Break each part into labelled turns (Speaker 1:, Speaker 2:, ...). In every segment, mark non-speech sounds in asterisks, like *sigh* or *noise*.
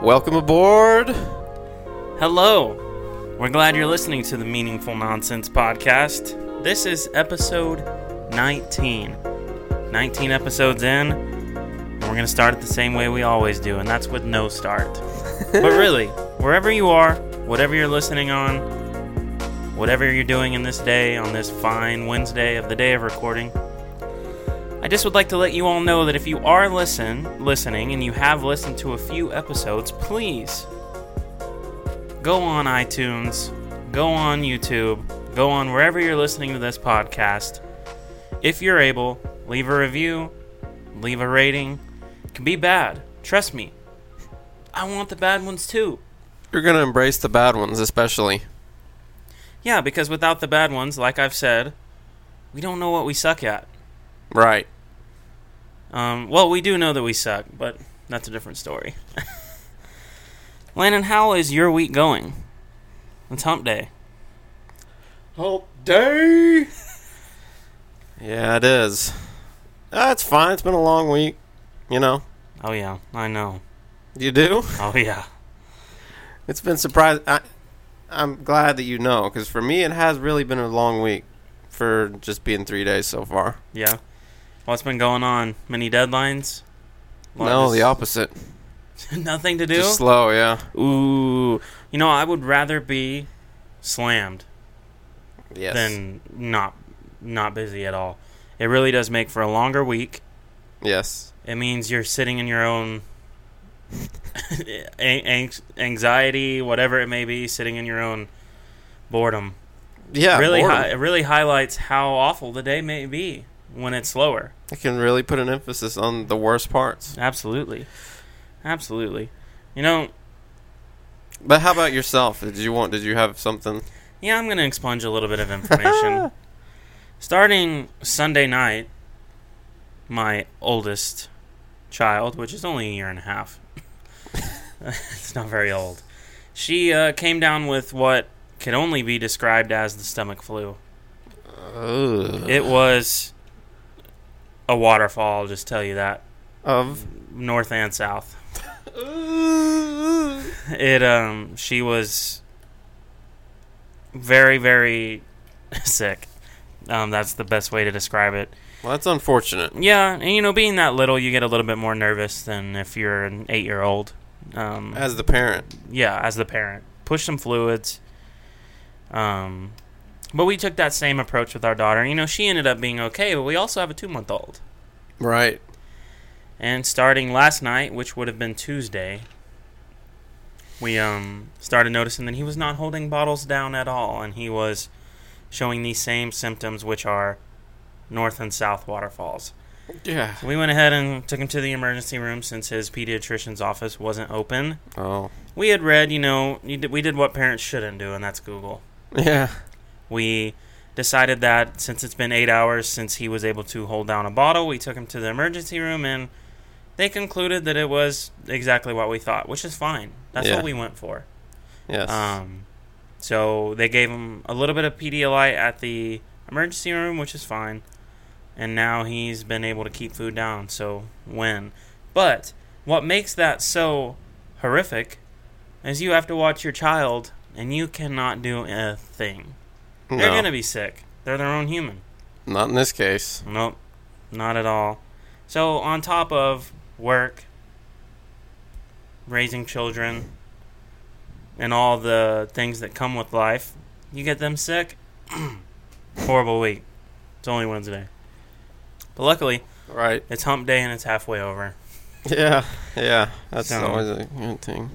Speaker 1: Welcome aboard.
Speaker 2: Hello. We're glad you're listening to the Meaningful Nonsense Podcast. This is episode 19. 19 episodes in, and we're going to start it the same way we always do, and that's with no start. but really, wherever you are, whatever you're listening on, whatever you're doing in this day, on this fine Wednesday of the day of recording, I just would like to let you all know that if you are listen listening and you have listened to a few episodes, please go on iTunes, go on YouTube, go on wherever you're listening to this podcast. If you're able, leave a review, leave a rating. It can be bad. Trust me. I want the bad ones too.
Speaker 1: You're going to embrace the bad ones, especially.
Speaker 2: Yeah, because without the bad ones, like I've said, we don't know what we suck at.
Speaker 1: Right.
Speaker 2: Um, well, we do know that we suck, but that's a different story. *laughs* Landon, how is your week going? It's hump day.
Speaker 1: Hope day. Yeah, it is. Ah, it's fine. It's been a long week. You know,
Speaker 2: Oh, yeah, I know.
Speaker 1: you do.
Speaker 2: Oh, yeah.
Speaker 1: It's been surprising. I, I'm glad that you know, because for me, it has really been a long week for just being three days so far.
Speaker 2: Yeah. What's been going on? Many deadlines? Lot
Speaker 1: no,
Speaker 2: of
Speaker 1: the opposite.
Speaker 2: *laughs* nothing to do?
Speaker 1: Just slow, yeah.
Speaker 2: Ooh. You know, I would rather be slammed
Speaker 1: Yes.
Speaker 2: than not not busy at all. It really does make for a longer week.
Speaker 1: yes.
Speaker 2: It means you're sitting in your own *laughs* an- anx- anxiety, whatever it may be, sitting in your own boredom.
Speaker 1: Yeah.
Speaker 2: really,
Speaker 1: boredom.
Speaker 2: hi- it really highlights how awful the day may be when it's slower.
Speaker 1: I can really put an emphasis on the worst parts.
Speaker 2: Absolutely, absolutely. You know,
Speaker 1: But how about yourself? Did you want? Did you have something?
Speaker 2: Yeah, I'm going to expunge a little bit of information. Starting Sunday night, my oldest child, which is only a year and a half, *laughs* it's not very old, she uh, came down with what could only be described as the stomach flu.
Speaker 1: Ugh.
Speaker 2: It was a waterfall, I'll just tell you that,
Speaker 1: Of.
Speaker 2: north and south. it um she was very very *laughs* sick um that's the best way to describe it
Speaker 1: Well, that's unfortunate.
Speaker 2: yeah and you know being that little you get a little bit more nervous than if you're an eight year old um
Speaker 1: As the parent,
Speaker 2: yeah as the parent push some fluids um but we took that same approach with our daughter you know she ended up being okay but we also have a two month old
Speaker 1: right?
Speaker 2: and starting last night which would have been tuesday we um started noticing that he was not holding bottles down at all and he was showing these same symptoms which are north and south waterfalls
Speaker 1: Yeah.
Speaker 2: we went ahead and took him to the emergency room since his pediatrician's office wasn't open
Speaker 1: Oh.
Speaker 2: we had read you know you did, we did what parents shouldn't do and that's google
Speaker 1: Yeah.
Speaker 2: we decided that since it's been eight hours since he was able to hold down a bottle, we took him to the emergency room and they concluded that it was exactly what we thought, which is fine. That's
Speaker 1: Yeah.
Speaker 2: what we went for.
Speaker 1: Yes.
Speaker 2: Um, so they gave him a little bit of Pedialyte at the emergency room, which is fine. And now he's been able to keep food down. So when, but what makes that so horrific is you have to watch your child and you cannot do a thing.
Speaker 1: no.
Speaker 2: They're gonna be sick. They're their own human.
Speaker 1: Not in this case.
Speaker 2: Nope, not at all. So on top of work, raising children, and all the things that come with life, you get them sick. *clears throat* Horrible week. It's only Wednesday, but luckily
Speaker 1: Right.
Speaker 2: it's Hump Day and it's halfway over.
Speaker 1: Yeah. Yeah. That's
Speaker 2: So-
Speaker 1: always a good thing.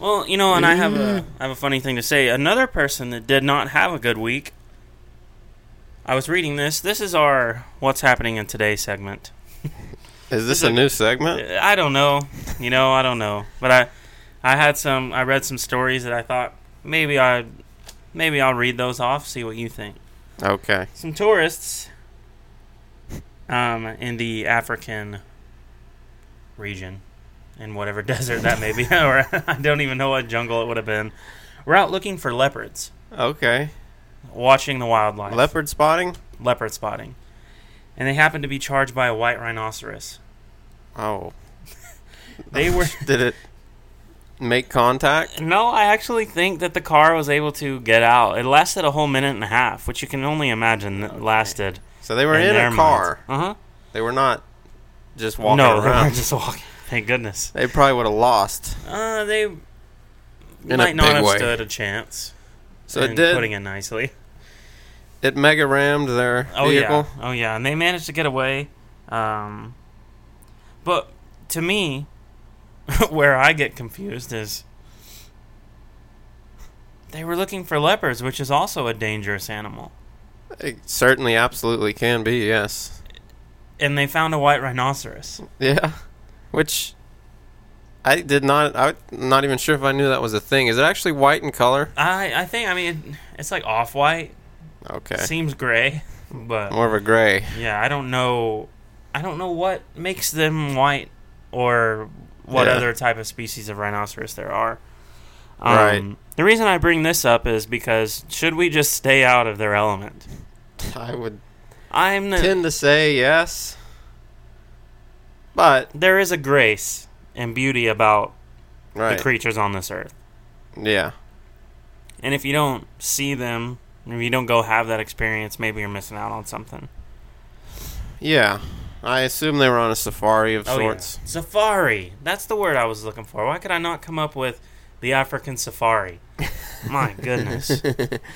Speaker 2: Well, you know, and I have
Speaker 1: Yeah.
Speaker 2: a I have a funny thing to say. Another person that did not have a good week. I was reading this. This is our what's happening in today segment.
Speaker 1: Is this
Speaker 2: It's
Speaker 1: a
Speaker 2: a-
Speaker 1: new segment?
Speaker 2: I don't know. You know, I don't know. But I I had some I read some stories that I thought maybe I maybe I'll read those off, see what you think.
Speaker 1: Okay.
Speaker 2: Some tourists um in the African region in whatever *laughs* desert that may be or I don't even know what jungle it would have been. We're out looking for leopards,
Speaker 1: Okay.
Speaker 2: watching the wildlife,
Speaker 1: Leopard spotting.
Speaker 2: leopard spotting. And they happened to be charged by a white rhinoceros.
Speaker 1: Oh.
Speaker 2: They were
Speaker 1: Did it? make contact?
Speaker 2: No, I actually think that the car was able to get out. It lasted a whole minute and a half, which you can only imagine that lasted.
Speaker 1: So they were in, a car.
Speaker 2: Uh huh.
Speaker 1: They were not just walking
Speaker 2: no, *laughs* they were
Speaker 1: *laughs* around.
Speaker 2: just walking. Thank goodness.
Speaker 1: They probably would have lost.
Speaker 2: Uh, they
Speaker 1: a
Speaker 2: might not
Speaker 1: big
Speaker 2: have
Speaker 1: way.
Speaker 2: stood a chance.
Speaker 1: So it
Speaker 2: in
Speaker 1: did.
Speaker 2: Putting it nicely.
Speaker 1: It mega rammed their
Speaker 2: Oh
Speaker 1: vehicle.
Speaker 2: yeah. Oh yeah, and they managed to get away. Um, but to me, *laughs* where I get confused is they were looking for leopards, which is also a dangerous animal,
Speaker 1: It certainly, absolutely can be. Yes.
Speaker 2: and they found a white rhinoceros.
Speaker 1: Yeah. Which I did not. I'm not even sure if I knew that was a thing. Is it actually white in color?
Speaker 2: I I think I mean it's like off white.
Speaker 1: Okay.
Speaker 2: Seems gray, *laughs* but
Speaker 1: More of a
Speaker 2: *laughs*
Speaker 1: gray.
Speaker 2: yeah, I don't know. I don't know what makes them white or what
Speaker 1: Yeah.
Speaker 2: other type of species of rhinoceros there are. Um,
Speaker 1: Right.
Speaker 2: The reason I bring this up is because should we just stay out of their element?
Speaker 1: I would
Speaker 2: I'm the,
Speaker 1: tend to say yes, but
Speaker 2: there is a grace and beauty about
Speaker 1: right.
Speaker 2: the creatures on this earth.
Speaker 1: yeah.
Speaker 2: And if you don't see them, if you don't go have that experience, maybe you're missing out on something.
Speaker 1: Yeah. I assume they were on a safari of sorts.
Speaker 2: Oh, yeah. Safari. That's the word I was looking for. Why could I not come up with the African safari? My goodness.
Speaker 1: *laughs*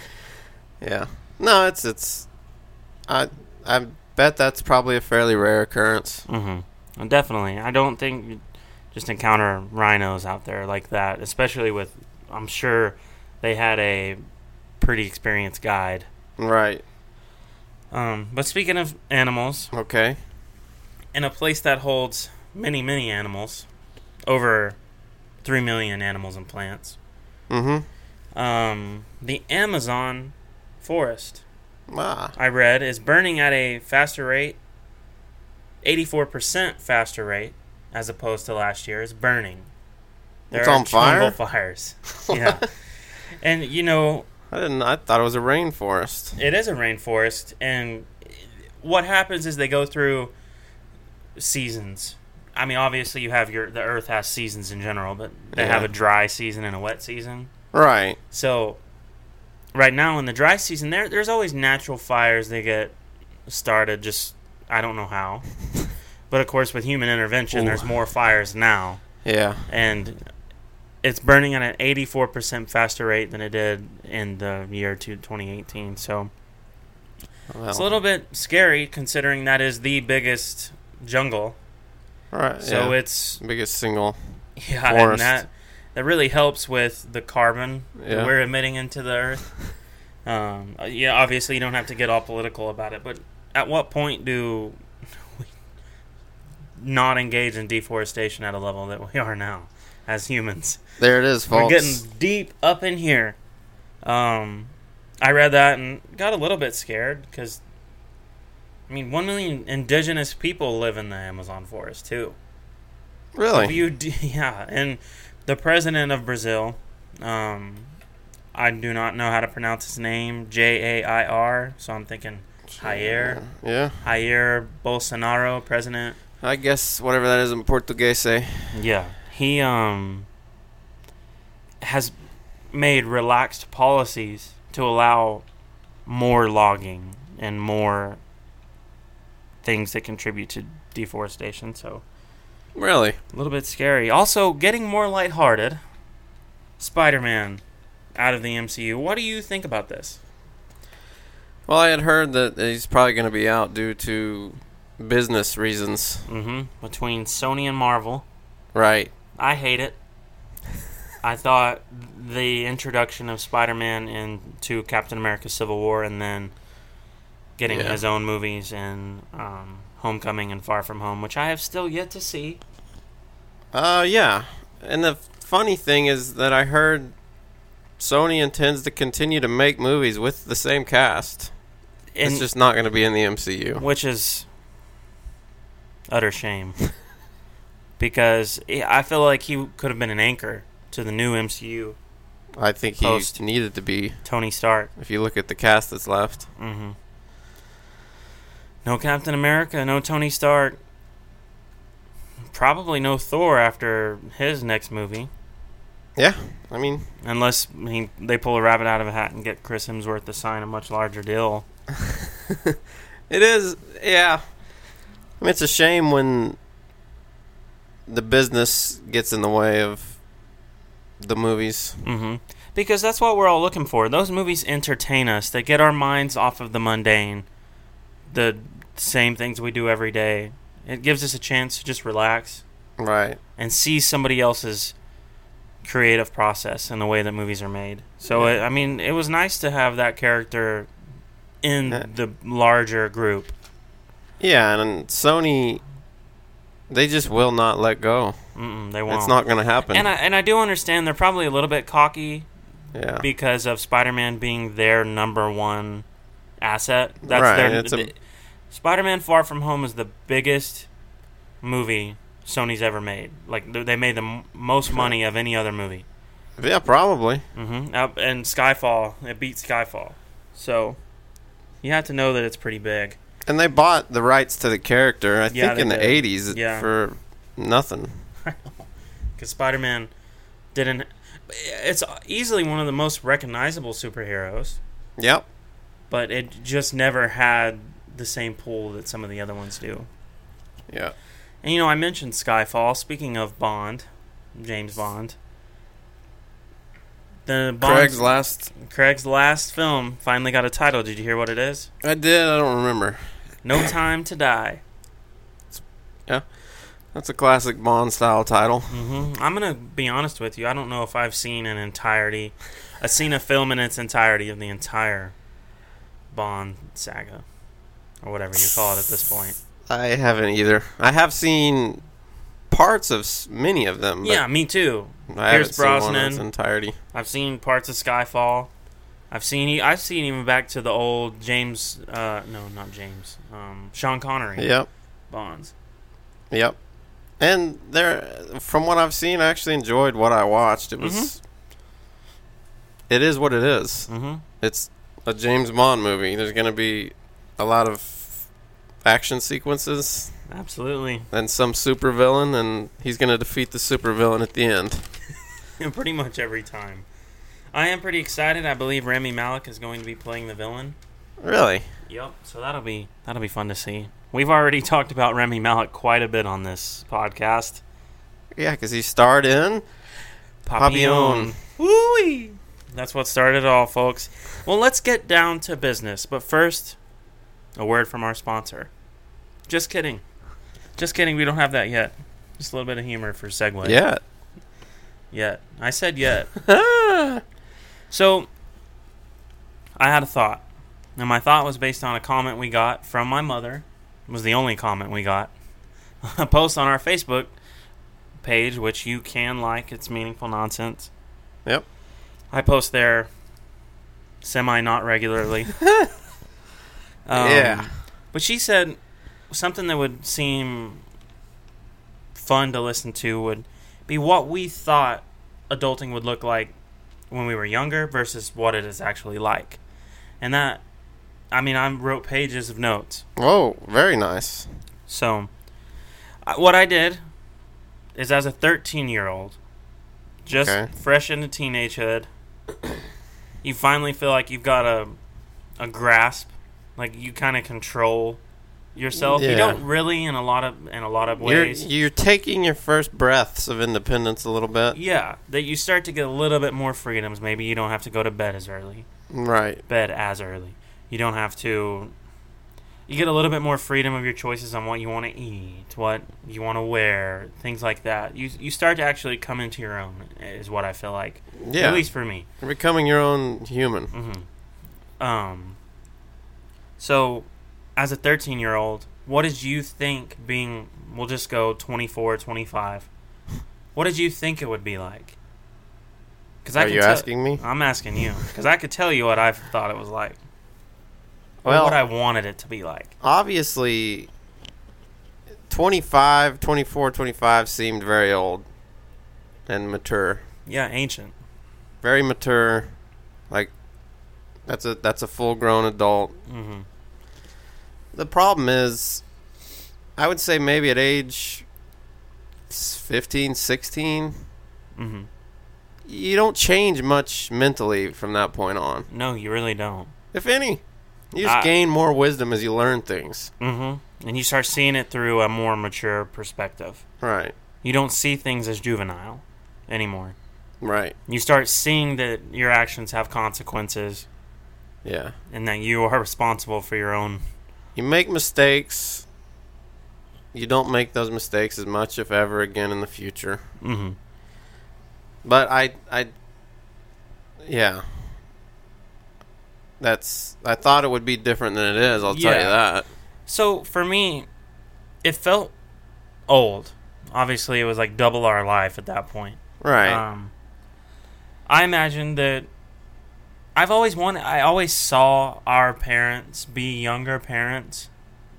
Speaker 1: Yeah. No, it's it's I I bet that's probably a fairly rare occurrence.
Speaker 2: Mm-hmm. Definitely. I don't think you just encounter rhinos out there like that, especially with, I'm sure they had a pretty experienced guide.
Speaker 1: Right.
Speaker 2: Um, but speaking of animals,
Speaker 1: Okay.
Speaker 2: in a place that holds many, many animals, over 3 million animals and plants,
Speaker 1: Mhm.
Speaker 2: um, the Amazon forest,
Speaker 1: Ah.
Speaker 2: I read, is burning at a faster rate, 84% faster rate, as opposed to last year, is burning.
Speaker 1: It's on fire? *laughs*
Speaker 2: jungle fires. yeah. And, you know,
Speaker 1: I didn't I thought it was a rainforest.
Speaker 2: it is a rainforest, and what happens is they go through seasons. I mean, obviously, you have your the Earth has seasons in general, but they have
Speaker 1: Yeah.
Speaker 2: a dry season and a wet season.
Speaker 1: Right.
Speaker 2: So, right now in the dry season, there there's always natural fires that get started. Just I don't
Speaker 1: *laughs*
Speaker 2: know how, but of course, with human intervention,
Speaker 1: Ooh.
Speaker 2: there's more fires now,
Speaker 1: Yeah.
Speaker 2: and it's burning at an 84% faster rate than it did in the year two- 2018. So.
Speaker 1: Well,
Speaker 2: It's
Speaker 1: Oh.
Speaker 2: a little bit scary considering that is the biggest jungle.
Speaker 1: right.
Speaker 2: So
Speaker 1: yeah.
Speaker 2: it's *laughs*
Speaker 1: biggest single.
Speaker 2: yeah, and
Speaker 1: Forest.
Speaker 2: that that really helps with the carbon that
Speaker 1: Yeah.
Speaker 2: we're emitting into the earth. Um, uh, yeah, obviously you don't have to get all political about it, but at what point do we not engage in deforestation at a level that we are now as humans?
Speaker 1: There it is, folks.
Speaker 2: We're getting deep up in here. Um, I read that and got a little bit scared because, I mean, one million indigenous people live in the Amazon forest too. If
Speaker 1: really?
Speaker 2: You d- *laughs* yeah, and the president of Brazil, um, I do not know how to pronounce his name, J A I R. So I'm thinking Jair
Speaker 1: Yeah.
Speaker 2: Jair Bolsonaro, president.
Speaker 1: I guess whatever that is in Portuguese. eh?
Speaker 2: Yeah, he um has made relaxed policies to allow more logging and more things that contribute to deforestation. So
Speaker 1: Really?
Speaker 2: a little bit scary. Also, getting more lighthearted. Spider-Man out of the MCU. What do you think about this?
Speaker 1: Well, I had heard that he's probably going to be out due to business reasons.
Speaker 2: Mm-hmm. Between Sony and Marvel,
Speaker 1: Right.
Speaker 2: I hate it. I thought the introduction of Spider-Man into Captain America: Civil War, and then getting
Speaker 1: Yeah.
Speaker 2: his own movies in um, Homecoming and Far From Home, which I have still yet to see.
Speaker 1: Uh, yeah. And the funny thing is that I heard Sony intends to continue to make movies with the same cast.
Speaker 2: And,
Speaker 1: it's just not going to be in the MCU.
Speaker 2: which is utter shame, because I I feel like he could have been an anchor to the new MCU.
Speaker 1: I think he
Speaker 2: Post.
Speaker 1: needed to be.
Speaker 2: Tony Stark.
Speaker 1: If you look at the cast that's left,
Speaker 2: Mm-hmm. No Captain America, no Tony Stark. Probably no Thor after his next movie.
Speaker 1: Yeah, I mean,
Speaker 2: Unless I mean, they pull a rabbit out of a hat and get Chris Hemsworth to sign a much larger deal.
Speaker 1: it is. Yeah, I mean, it's a shame when the business gets in the way of the movies.
Speaker 2: hmm Because that's what we're all looking for. Those movies entertain us. They get our minds off of the mundane, the same things we do every day. It gives us a chance to just relax
Speaker 1: Right.
Speaker 2: and see somebody else's creative process and the way that movies are made. So
Speaker 1: Yeah.
Speaker 2: it, I mean, it was nice to have that character in
Speaker 1: Yeah.
Speaker 2: the larger group.
Speaker 1: Yeah, and Sony, they just will not let go.
Speaker 2: Mm-mm, they won't.
Speaker 1: It's not going to happen.
Speaker 2: and I and I do understand they're probably a little bit cocky
Speaker 1: yeah.
Speaker 2: because of Spider-Man being their number one asset. That's
Speaker 1: Right,
Speaker 2: their
Speaker 1: it's a-
Speaker 2: th- Spider-Man Far From Home is the biggest movie Sony's ever made. Like th- they made the m- most money of any other movie.
Speaker 1: yeah, probably.
Speaker 2: Mm-hmm. Up and Skyfall, it beat Skyfall. So you have to know that it's pretty big.
Speaker 1: And they bought the rights to the character, I think,
Speaker 2: Yeah, they
Speaker 1: in the
Speaker 2: did.
Speaker 1: 80s
Speaker 2: Yeah.
Speaker 1: for nothing.
Speaker 2: because Spider-Man didn't. It's easily one of the most recognizable superheroes,
Speaker 1: Yep.
Speaker 2: but it just never had the same pull that some of the other ones do.
Speaker 1: Yeah.
Speaker 2: And you know, I mentioned Skyfall. Speaking of Bond, James Bond, the Bond,
Speaker 1: Craig's last.
Speaker 2: Craig's last film finally got a title. Did you hear what it is?
Speaker 1: I did. I don't remember.
Speaker 2: No Time to Die.
Speaker 1: That's a classic Bond style title.
Speaker 2: hmm I'm gonna be honest with you. I don't know if I've seen an entirety, I've seen a film in its entirety of the entire Bond saga, or whatever you call it at this point.
Speaker 1: I haven't either. I have seen parts of s- many of them. But
Speaker 2: yeah, me too.
Speaker 1: I haven't
Speaker 2: Pierce
Speaker 1: seen one in
Speaker 2: Brosnan.
Speaker 1: its entirety.
Speaker 2: I've seen parts of Skyfall. I've seen. e, I've seen even back to the old James. Uh, no, not James. Um, Sean Connery
Speaker 1: Yep.
Speaker 2: Bonds.
Speaker 1: Yep. And there, from what I've seen, I actually enjoyed what I watched. It was.
Speaker 2: Mm-hmm.
Speaker 1: It is what it is.
Speaker 2: hmm
Speaker 1: It's a James Bond movie. There's going to be a lot of action sequences
Speaker 2: Absolutely. *laughs*
Speaker 1: and some supervillain, and he's going to defeat the supervillain at the end.
Speaker 2: Pretty much every time. I am pretty excited. I believe Rami Malek is going to be playing the villain.
Speaker 1: Really?
Speaker 2: Yep. So that'll be that'll be fun to see. We've already *laughs* talked about Remy Malik quite a bit on this podcast.
Speaker 1: Yeah, because he starred in. Papillon.
Speaker 2: Woo-wee. That's what started it all, folks. Well, let's get down to business. But first, a word from our sponsor. Just kidding. Just kidding. We don't have that yet. Just a little bit of humor for segue.
Speaker 1: Yeah.
Speaker 2: Yet. I said yet. so, I had a thought. And my thought was based on a comment we got from my mother. It was the only comment we got. *laughs* a post on our Facebook page, which you can like. It's meaningful nonsense.
Speaker 1: Yep.
Speaker 2: I post there semi
Speaker 1: *laughs*
Speaker 2: not regularly. Um,
Speaker 1: Yeah.
Speaker 2: But she said something that would seem fun to listen to would be what we thought adulting would look like when we were younger versus what it is actually like. And that, I mean, I wrote pages of notes.
Speaker 1: Whoa, Oh, very nice.
Speaker 2: So, I, what I did is as a 13 year old, just
Speaker 1: Okay.
Speaker 2: fresh into teenagehood, you finally feel like you've got a, a grasp, like you kind of control yourself. You
Speaker 1: Yeah.
Speaker 2: don't really in a lot of in a lot of
Speaker 1: You're,
Speaker 2: ways.
Speaker 1: you're taking your first breaths of independence a little bit.
Speaker 2: yeah, that you start to get a little bit more freedoms. Maybe you don't have to go to bed as early.
Speaker 1: Right.
Speaker 2: bed as early. You don't have to. You get a little bit more freedom of your choices on what you want to eat, what you want to wear, things like that. You you start to actually come into your own, is what I feel like.
Speaker 1: Yeah.
Speaker 2: At least for me.
Speaker 1: You're becoming your own human.
Speaker 2: Mm-hmm. Um. So, as a 13 year old, what did you think being? We'll just go 24, 25. What did you think it would be like? Because
Speaker 1: Are you asking me?
Speaker 2: I'm asking you because I could tell you what I thought it was like, or
Speaker 1: Well-
Speaker 2: what I wanted it to be like.
Speaker 1: obviously 25 24 25 seemed very old and mature
Speaker 2: Yeah, ancient.
Speaker 1: very mature like that's a that's a full grown adult
Speaker 2: Mm-hmm.
Speaker 1: the problem is i would say maybe at age s- 15 16
Speaker 2: Mm-hmm.
Speaker 1: you don't change much mentally from that point on,
Speaker 2: No, you really don't.
Speaker 1: if any. You just
Speaker 2: Ah.
Speaker 1: gain more wisdom as you learn things.
Speaker 2: Mm-hmm. And you start seeing it through a more mature perspective.
Speaker 1: Right.
Speaker 2: You don't see things as juvenile anymore.
Speaker 1: Right.
Speaker 2: You start seeing that your actions have consequences
Speaker 1: Yeah.
Speaker 2: and that you are responsible for your own.
Speaker 1: You make mistakes. You don't make those mistakes as much, if ever, again in the future.
Speaker 2: hmm
Speaker 1: But I, I, yeah. That's. I thought it would be different than it is. I'll tell
Speaker 2: Yeah.
Speaker 1: you that.
Speaker 2: So for me, it felt old. Obviously, it was like double our life at that point.
Speaker 1: Right.
Speaker 2: Um, I imagine that I've always wanted. I always saw our parents be younger parents.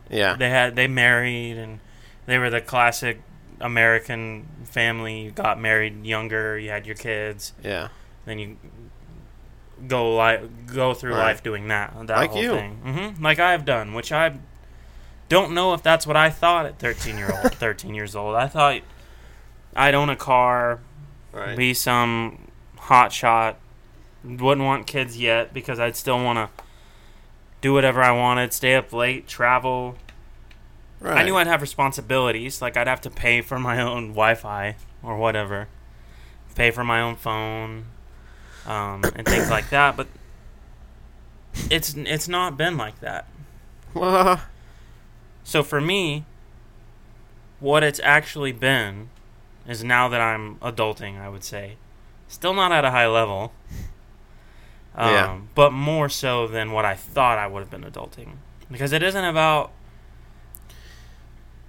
Speaker 1: yeah.
Speaker 2: They had they married and they were the classic American family. You got married younger. You had your kids.
Speaker 1: Yeah.
Speaker 2: Then you go li- go through
Speaker 1: Right.
Speaker 2: life doing that that
Speaker 1: Like
Speaker 2: whole
Speaker 1: you.
Speaker 2: thing. hmm Like I've done, which I don't know if that's what I thought at thirteen year
Speaker 1: *laughs*
Speaker 2: old. thirteen years old. I thought I'd own a car
Speaker 1: Right.
Speaker 2: be some hot shot. Wouldn't want kids yet because I'd still want to do whatever I wanted, stay up late, travel.
Speaker 1: right. *laughs*
Speaker 2: I knew I'd have responsibilities, like I'd have to pay for my *laughs* own Wi-Fi or whatever, pay for my own phone, um, and things like that. But it's it's not been like that.
Speaker 1: Well,
Speaker 2: So for me, what it's actually been is now that I'm adulting, I would say, still not at a high level. Um,
Speaker 1: Yeah.
Speaker 2: But more so than what I thought I would have been adulting, because it isn't about.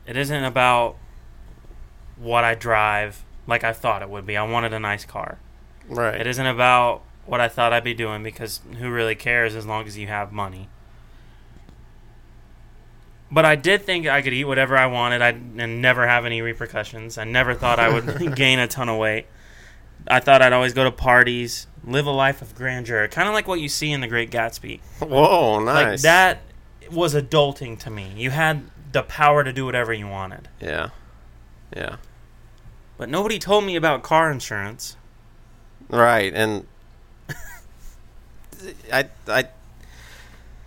Speaker 2: It isn't about what I drive like I thought it would be. I wanted a nice car.
Speaker 1: right.
Speaker 2: It isn't about what I thought I'd be doing because who really cares as long as you have money. But I did think I could eat whatever I wanted I, and never have any repercussions. I never thought I would gain a ton of weight. I thought I'd always go to parties, live a life of grandeur, kind of like what you see in The Great Gatsby.
Speaker 1: Whoa, nice.
Speaker 2: Like that was adulting to me. You had the power to do whatever you wanted.
Speaker 1: Yeah. Yeah.
Speaker 2: But nobody told me about car insurance.
Speaker 1: Right, and I, I,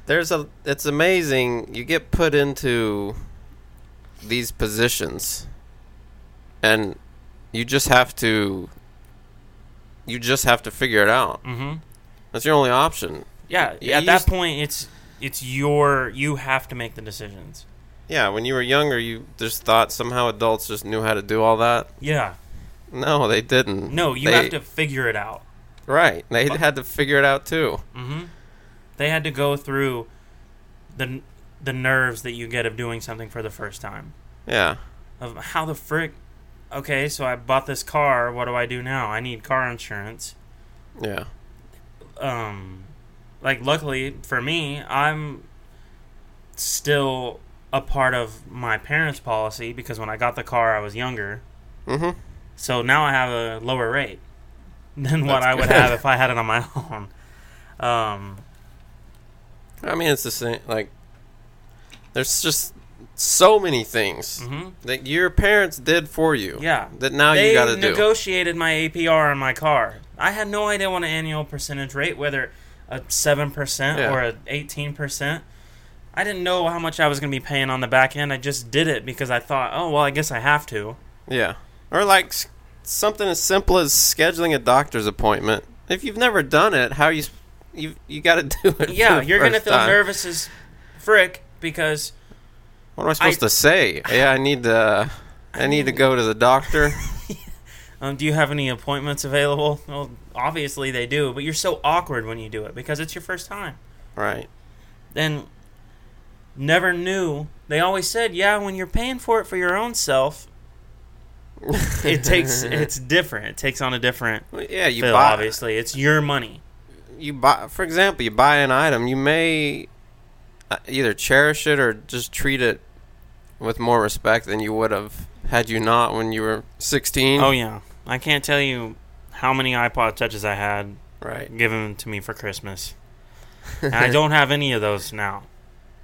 Speaker 1: there's a. It's amazing. You get put into these positions, and you just have to. You just have to figure it out.
Speaker 2: hmm
Speaker 1: That's your only option.
Speaker 2: Yeah,
Speaker 1: You
Speaker 2: at that
Speaker 1: used-
Speaker 2: point, it's it's your you have to make the decisions.
Speaker 1: Yeah, when you were younger, you just thought somehow adults just knew how to do all that.
Speaker 2: Yeah,
Speaker 1: No, they didn't.
Speaker 2: no, you
Speaker 1: They-
Speaker 2: have to figure it out.
Speaker 1: Right, they had to figure it out too.
Speaker 2: hmm They had to go through the the nerves that you get of doing something for the first time.
Speaker 1: Yeah,
Speaker 2: Of how the frick? Okay, so I bought this car. What do I do now? I need car insurance.
Speaker 1: yeah,
Speaker 2: um like luckily for me i'm still a part of my parents policy because when i got the car i was younger
Speaker 1: Mhm.
Speaker 2: so now i have a lower rate *laughs* than what
Speaker 1: That's
Speaker 2: i would
Speaker 1: good.
Speaker 2: have if i had it on my *laughs* own um
Speaker 1: I mean, it's the same. Like, there's just so many things
Speaker 2: mhm.
Speaker 1: that your parents did for you.
Speaker 2: yeah
Speaker 1: That Mm-hmm. now
Speaker 2: they
Speaker 1: you got to do.
Speaker 2: negotiated my apr on my car i had no idea what an annual percentage rate whether a 7%
Speaker 1: Yeah.
Speaker 2: or a 18% i didn't know how much i was going to be paying on the back end i just did it because i thought oh well i guess i have
Speaker 1: *laughs*
Speaker 2: to
Speaker 1: Yeah. Or like s- something as simple as scheduling a doctor's appointment. If you've never done it, how you s- you you got to *laughs* do it.
Speaker 2: yeah
Speaker 1: for the
Speaker 2: you're going to
Speaker 1: first
Speaker 2: feel
Speaker 1: time.
Speaker 2: nervous as frick because
Speaker 1: What am I supposed to say? Yeah, I need to. I need to go to the
Speaker 2: *laughs*
Speaker 1: doctor.
Speaker 2: um, do you have any appointments available well obviously they do but you're so awkward when you do it because it's your first time
Speaker 1: right.
Speaker 2: then never knew. They always said, yeah, when you're paying for it for your own self,
Speaker 1: *laughs*
Speaker 2: it takes it's different. It takes on a different
Speaker 1: Well, yeah, you
Speaker 2: feel,
Speaker 1: buy.
Speaker 2: obviously. It's your money.
Speaker 1: You buy. For example, you buy an item. You may uh, either cherish it or just treat it with more respect than you would have had you not when you were 16.
Speaker 2: Oh yeah. I can't tell you how many iPod touches I had
Speaker 1: *laughs* Right.
Speaker 2: given to me for Christmas. And
Speaker 1: *laughs*
Speaker 2: I don't have any of those now.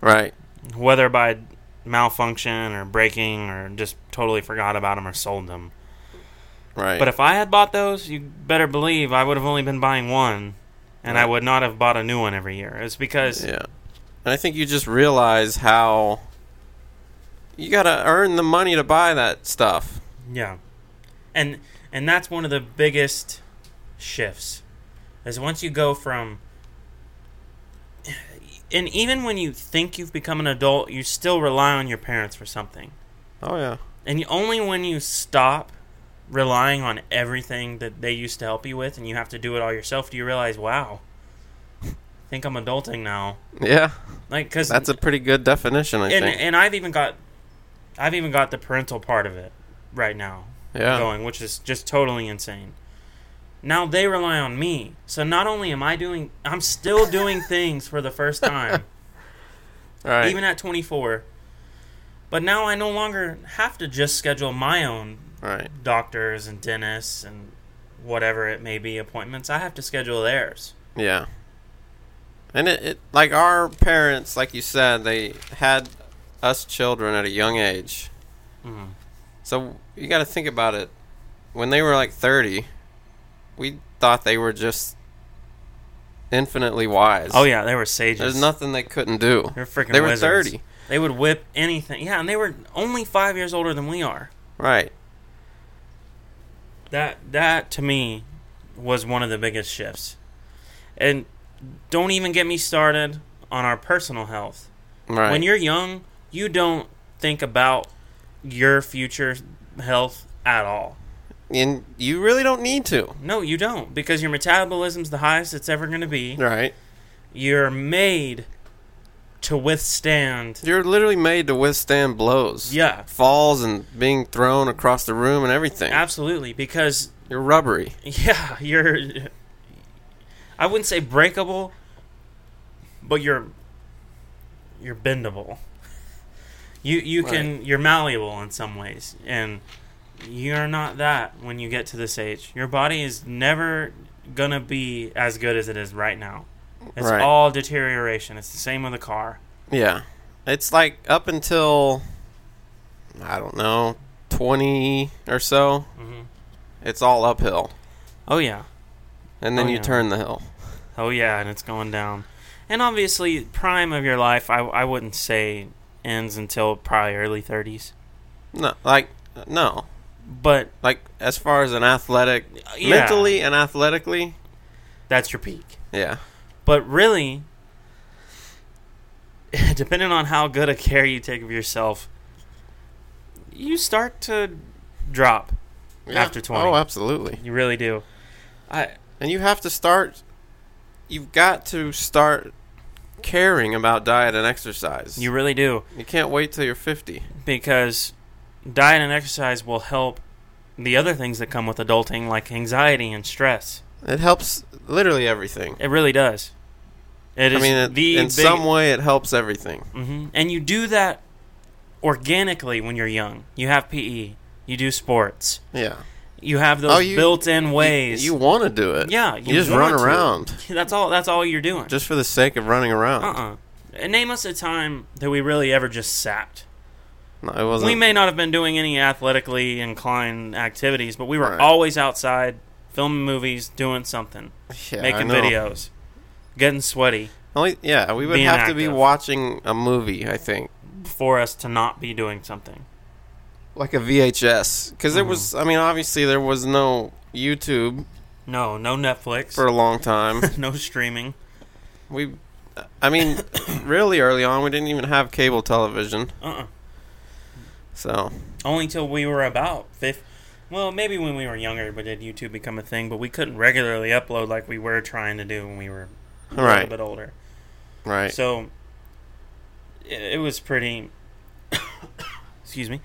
Speaker 1: Right.
Speaker 2: Whether by malfunction or breaking or just totally forgot about them or sold them.
Speaker 1: Right.
Speaker 2: But if I had bought those, you better believe I would have only been buying one, and I
Speaker 1: Right.
Speaker 2: would not have bought a new one every year. It's because
Speaker 1: yeah. And I think you just realize how you got to earn the money to buy that stuff.
Speaker 2: Yeah. And and that's one of the biggest shifts. Is once you go from and even when you think you've become an adult, you still rely on your parents for something.
Speaker 1: Oh yeah.
Speaker 2: And you, only when you stop relying on everything that they used to help you with and you have to do it all yourself, do you realize, wow, I think I'm adulting now.
Speaker 1: Yeah.
Speaker 2: Like cuz
Speaker 1: That's a pretty good definition, I
Speaker 2: and,
Speaker 1: think.
Speaker 2: and I've even got I've even got the parental part of it right now
Speaker 1: yeah.
Speaker 2: going, which is just totally insane. Now they rely on me. So not only am I doing, I'm still doing
Speaker 1: *laughs*
Speaker 2: things for the first time,
Speaker 1: All right.
Speaker 2: even at 24. But now I no longer have to just schedule my own
Speaker 1: All right.
Speaker 2: doctors and dentists and whatever it may be appointments. I have to schedule theirs.
Speaker 1: Yeah. And it, it like our parents, like you said, they had us children at a young age.
Speaker 2: Mhm.
Speaker 1: So you got to think about it. When they were like 30, we thought they were just infinitely wise.
Speaker 2: Oh yeah, they were sages.
Speaker 1: There's nothing they couldn't do.
Speaker 2: They're freaking.
Speaker 1: They were
Speaker 2: wizards.
Speaker 1: 30.
Speaker 2: They would whip anything. Yeah, and they were only five years older than we are.
Speaker 1: Right.
Speaker 2: that that to me was one of the biggest shifts and don't even get me started on our personal health
Speaker 1: Right.
Speaker 2: when you're young you don't think about your future health at all
Speaker 1: and you really don't need to.
Speaker 2: no you don't because your metabolism's the highest it's ever going to be
Speaker 1: Right.
Speaker 2: you're made to withstand
Speaker 1: You're literally made to withstand blows.
Speaker 2: yeah
Speaker 1: Falls and being thrown across the room and everything.
Speaker 2: absolutely because
Speaker 1: You're rubbery.
Speaker 2: Yeah, you're. I wouldn't say breakable, but you're you're bendable. You you can you're malleable in some ways, and you're not that when you get to this age. Your body is never gonna be as good as it is right now. It's
Speaker 1: Right.
Speaker 2: all deterioration. It's the same with a car.
Speaker 1: Yeah. It's like up until I don't know, 20 or so,
Speaker 2: hmm
Speaker 1: it's all uphill.
Speaker 2: Oh yeah,
Speaker 1: And then
Speaker 2: Oh,
Speaker 1: you
Speaker 2: yeah.
Speaker 1: turn the hill.
Speaker 2: Oh yeah, and it's going down. And obviously, prime of your life, I, I wouldn't say ends until probably early thirties.
Speaker 1: No, like no.
Speaker 2: But
Speaker 1: Like as far as an athletic
Speaker 2: yeah,
Speaker 1: mentally and athletically,
Speaker 2: that's your peak.
Speaker 1: yeah.
Speaker 2: But really, *laughs* depending on how good a care you take of yourself, you start to drop.
Speaker 1: Yeah.
Speaker 2: After 20.
Speaker 1: Oh, absolutely.
Speaker 2: You really do. I
Speaker 1: And you have to start you've got to start caring about diet and exercise.
Speaker 2: you really do.
Speaker 1: you can't wait till you're 50.
Speaker 2: because diet and exercise will help the other things that come with adulting like anxiety and stress
Speaker 1: It helps literally everything.
Speaker 2: it really does it
Speaker 1: I
Speaker 2: is
Speaker 1: mean, it,
Speaker 2: the
Speaker 1: in
Speaker 2: big,
Speaker 1: some way it helps everything.
Speaker 2: Mhm. and you do that organically when you're young you have pe you do sports
Speaker 1: Yeah.
Speaker 2: you have those
Speaker 1: Oh, you-
Speaker 2: built-in ways
Speaker 1: You want to do it.
Speaker 2: yeah
Speaker 1: You, just run
Speaker 2: want to.
Speaker 1: around
Speaker 2: *laughs* that's all that's all you're doing
Speaker 1: just for the sake of running around.
Speaker 2: uh-uh and name us a time that we really ever just sat
Speaker 1: No, it wasn't.
Speaker 2: We may not have been doing any athletically inclined activities, but we were
Speaker 1: Right.
Speaker 2: always outside filming movies, doing something,
Speaker 1: yeah, I
Speaker 2: making
Speaker 1: know.
Speaker 2: videos, getting sweaty
Speaker 1: Only, yeah, we would
Speaker 2: Being
Speaker 1: have to be
Speaker 2: active.
Speaker 1: watching a movie. I think
Speaker 2: for us to not be doing something.
Speaker 1: like a VHS because
Speaker 2: Mm-hmm.
Speaker 1: there was. I mean, obviously there was no YouTube
Speaker 2: No, no Netflix,
Speaker 1: for a long time.
Speaker 2: *laughs* no streaming.
Speaker 1: we, I mean, really early on we didn't even have cable television.
Speaker 2: Uh-uh.
Speaker 1: So
Speaker 2: Only till we were about fifth. Well, maybe when we were younger, but did YouTube become a thing? But we couldn't regularly upload like we were trying to do when we were a
Speaker 1: Right.
Speaker 2: little bit older.
Speaker 1: right,
Speaker 2: So it, it was pretty. *coughs* excuse me.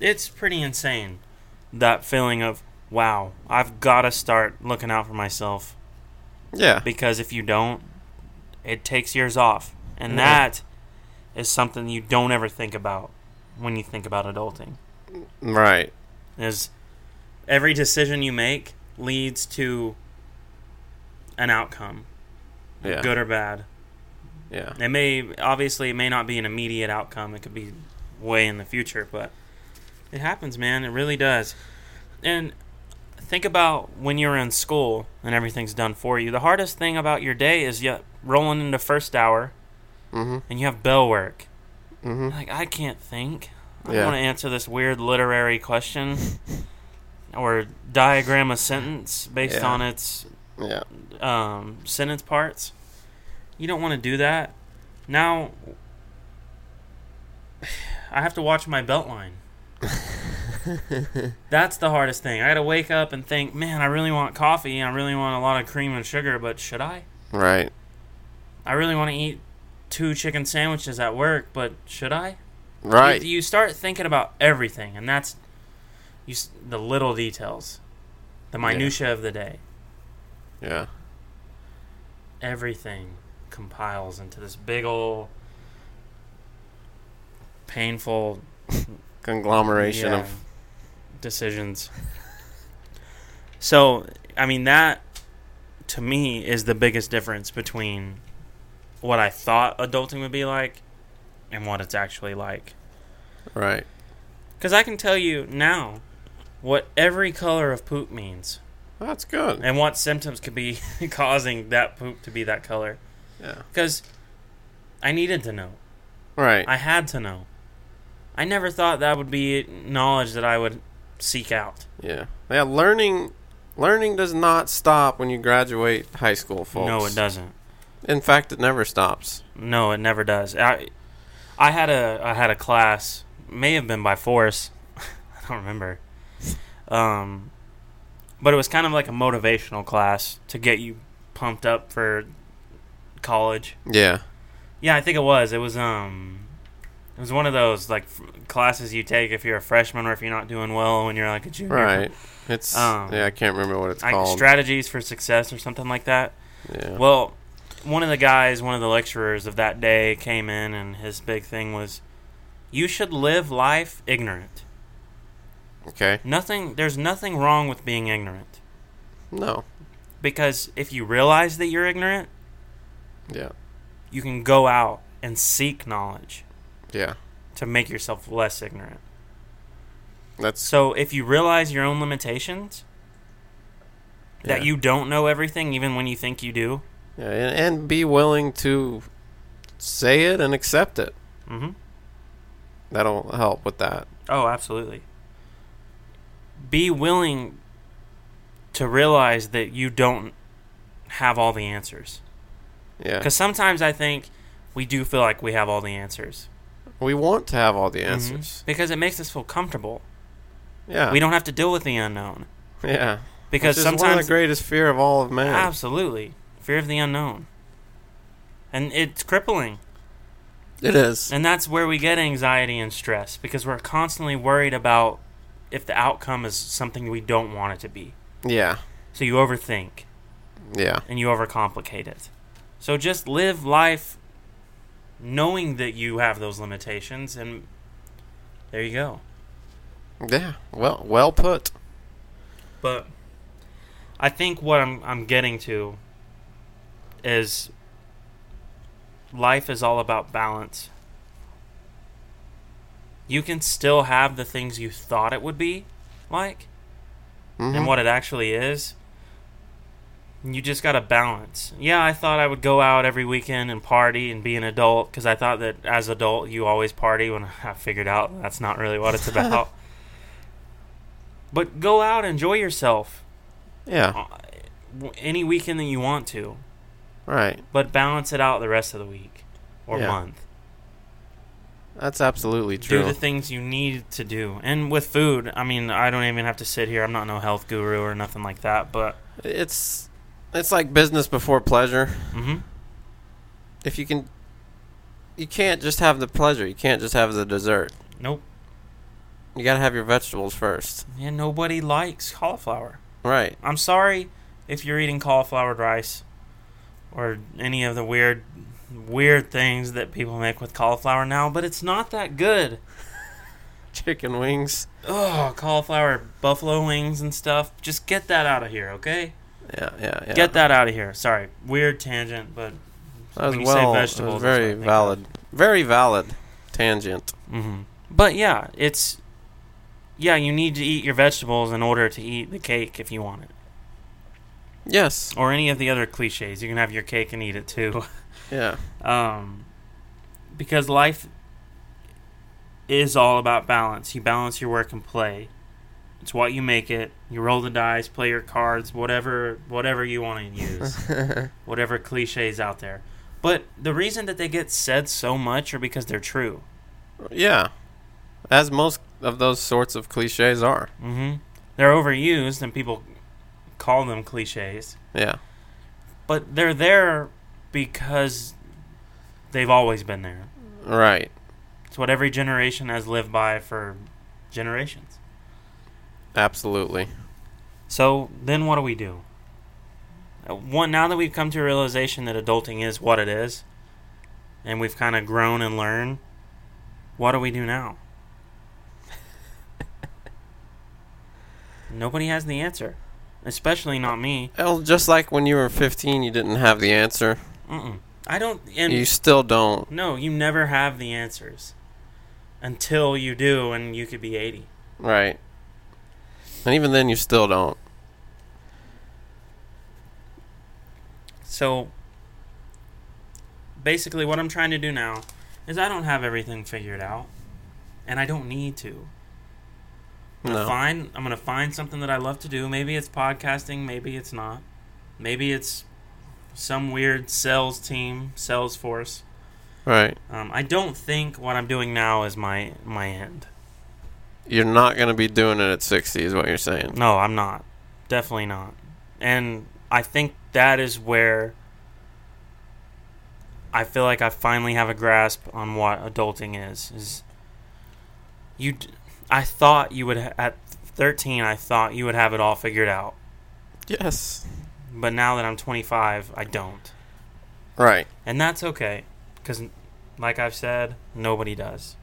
Speaker 2: It's pretty insane that feeling of wow. I've got to start looking out for myself
Speaker 1: yeah,
Speaker 2: because if you don't, it takes years off, and
Speaker 1: Yeah.
Speaker 2: that is something you don't ever think about when you think about adulting.
Speaker 1: right,
Speaker 2: Is every decision you make leads to an outcome,
Speaker 1: yeah,
Speaker 2: good or bad.
Speaker 1: yeah,
Speaker 2: It may obviously it may not be an immediate outcome. It could be way in the future, but it happens, man. It really does. And Think about when you're in school and everything's done for you. The hardest thing about your day is you rolling into first hour
Speaker 1: Mm-hmm.
Speaker 2: and you have bell work.
Speaker 1: Mm-hmm.
Speaker 2: Like I can't think. I
Speaker 1: Yeah.
Speaker 2: want to answer this weird literary question or diagram a sentence based
Speaker 1: Yeah.
Speaker 2: on its *laughs*
Speaker 1: Yeah.
Speaker 2: um, sentence parts. You don't want to do that. Now, *sighs* I have to watch my belt line. That's the hardest thing. I got to wake up and think, man, I really want coffee. I really want a lot of cream and sugar, but should I?
Speaker 1: Right.
Speaker 2: I really want to eat two chicken sandwiches at work, but should I?
Speaker 1: Right.
Speaker 2: You, you start thinking about everything, and that's you s- the little details, the
Speaker 1: Yeah.
Speaker 2: minutia of the day.
Speaker 1: Yeah.
Speaker 2: Everything compiles into this big ol' painful
Speaker 1: Conglomeration
Speaker 2: yeah,
Speaker 1: of
Speaker 2: decisions. so, I mean that to me is the biggest difference between what I thought adulting would be like and what it's actually like.
Speaker 1: right.
Speaker 2: Because I can tell you now what every color of poop means
Speaker 1: That's good.
Speaker 2: and what symptoms could be *laughs* causing that poop to be that color.
Speaker 1: Yeah.
Speaker 2: Because I needed to know.
Speaker 1: Right.
Speaker 2: I had to know. I never thought that would be knowledge that I would seek out.
Speaker 1: Yeah. Yeah. Learning, learning does not stop when you graduate high school, folks.
Speaker 2: No, it doesn't.
Speaker 1: In fact, it never stops.
Speaker 2: No, it never does. I, I had a I had a class, may have been by force, *laughs* I don't remember, um, but it was kind of like a motivational class to get you pumped up for college.
Speaker 1: Yeah.
Speaker 2: Yeah, I think it was. It was um, it was one of those like f- classes you take if you're a freshman or if you're not doing well when you're like a junior.
Speaker 1: Right. It's
Speaker 2: Um,
Speaker 1: yeah. I can't remember what it's
Speaker 2: Like
Speaker 1: called.
Speaker 2: strategies for success or something like that.
Speaker 1: yeah.
Speaker 2: Well, one of the guys, one of the lecturers of that day came in, and his big thing was, "You should live life ignorant.
Speaker 1: okay.
Speaker 2: Nothing. There's nothing wrong with being ignorant
Speaker 1: No.
Speaker 2: because if you realize that you're ignorant,
Speaker 1: Yeah.
Speaker 2: you can go out and seek knowledge
Speaker 1: Yeah.
Speaker 2: to make yourself less ignorant.
Speaker 1: That's
Speaker 2: So if you realize your own limitations." That
Speaker 1: Yeah.
Speaker 2: you don't know everything, even when you think you do.
Speaker 1: yeah, and, and be willing to say it and accept it.
Speaker 2: hmm
Speaker 1: That'll help with that.
Speaker 2: Oh, absolutely. Be willing to realize that you don't have all the answers.
Speaker 1: Yeah.
Speaker 2: Because sometimes I think we do feel like we have all the answers.
Speaker 1: We want to have all the
Speaker 2: Mhm.
Speaker 1: answers.
Speaker 2: Because it makes us feel comfortable.
Speaker 1: Yeah.
Speaker 2: We don't have to deal with the unknown.
Speaker 1: yeah.
Speaker 2: Because
Speaker 1: Which is one of
Speaker 2: sometimes.
Speaker 1: the greatest fear of all of man.
Speaker 2: Absolutely. Fear of the unknown. And it's crippling.
Speaker 1: it is.
Speaker 2: And that's where we get anxiety and stress because we're constantly worried about if the outcome is something we don't want it to be.
Speaker 1: Yeah.
Speaker 2: So you overthink.
Speaker 1: Yeah.
Speaker 2: and you overcomplicate it. So just live life knowing that you have those limitations, and there you go.
Speaker 1: Yeah. Well, well put.
Speaker 2: But I think what I'm I'm getting to is life is all about balance. You can still have the things you thought it would be like
Speaker 1: Mhm.
Speaker 2: and what it actually is. You just got to balance. Yeah, I thought I would go out every weekend and party and be an adult because I thought that as adult you always party. When *laughs* I figured out that's not really what it's about. but go out, enjoy yourself
Speaker 1: yeah.
Speaker 2: uh, w- any weekend that you want to,
Speaker 1: Right.
Speaker 2: but balance it out the rest of the week or
Speaker 1: Yeah,
Speaker 2: month.
Speaker 1: That's absolutely
Speaker 2: Do
Speaker 1: true.
Speaker 2: the things you need to do. And with food, I mean, I don't even have to sit here. I'm not no health guru or nothing like that. But
Speaker 1: it's it's like business before pleasure.
Speaker 2: hmm
Speaker 1: If you can you can't just have the pleasure. You can't just have the dessert.
Speaker 2: nope.
Speaker 1: You got to have your vegetables first.
Speaker 2: Yeah, nobody likes cauliflower.
Speaker 1: Right. *laughs*
Speaker 2: I'm sorry if you're eating cauliflowered rice or any of the weird weird things that people make with cauliflower now, but it's not that good.
Speaker 1: Chicken wings.
Speaker 2: Oh, cauliflower buffalo wings and stuff. Just get that out of here, okay?
Speaker 1: Yeah, yeah, yeah.
Speaker 2: Get that out of here. Sorry. Weird tangent, but
Speaker 1: That was
Speaker 2: when you say
Speaker 1: well. that was
Speaker 2: vegetables, that's what I
Speaker 1: very
Speaker 2: think
Speaker 1: valid. Very valid tangent.
Speaker 2: hmm But yeah, it's yeah, you need to eat your vegetables in order to eat the cake if you want it.
Speaker 1: Yes.
Speaker 2: Or any of the other cliches. You can have your cake and eat it too. *laughs*
Speaker 1: Yeah.
Speaker 2: Um, because life is all about balance. You balance your work and play. It's what you make it. You roll the dice, play your cards, whatever whatever you want to
Speaker 1: *laughs*
Speaker 2: use. whatever cliches out there. But the reason that they get said so much are because they're true.
Speaker 1: yeah. As most of those sorts of cliches are.
Speaker 2: hmm They're overused and people call them cliches,
Speaker 1: Yeah.
Speaker 2: but they're there because they've always been there.
Speaker 1: Right.
Speaker 2: It's what every generation has lived by for generations.
Speaker 1: Absolutely.
Speaker 2: So then, what do we do? Uh, One now that we've come to a realization that adulting is what it is, and we've kind of grown and learned. What do we do now? Nobody has the answer, especially not me.
Speaker 1: Well, just like when you were 15, you didn't have the answer.
Speaker 2: Mm-mm. I don't. And
Speaker 1: you still don't.
Speaker 2: no, you never have the answers until you do, and you could be eighty.
Speaker 1: Right. And even then, you still don't.
Speaker 2: So basically, what I'm trying to do now is I don't have everything figured out, and I don't need to. I'm gonna
Speaker 1: No.
Speaker 2: find I'm gonna find something that I love to do. Maybe it's podcasting, maybe it's not. Maybe it's some weird sales team, sales force.
Speaker 1: Right.
Speaker 2: Um, I don't think what I'm doing now is my my end.
Speaker 1: You're not going to be doing it at 60, is what you're saying.
Speaker 2: No, I'm not. Definitely not. And I think that is where I feel like I finally have a grasp on what adulting is. Is you? d- I thought you would ha- at 13. I thought you would have it all figured out,
Speaker 1: Yes.
Speaker 2: but now that I'm 25, I don't,
Speaker 1: Right.
Speaker 2: and that's okay, because like I've said, nobody does.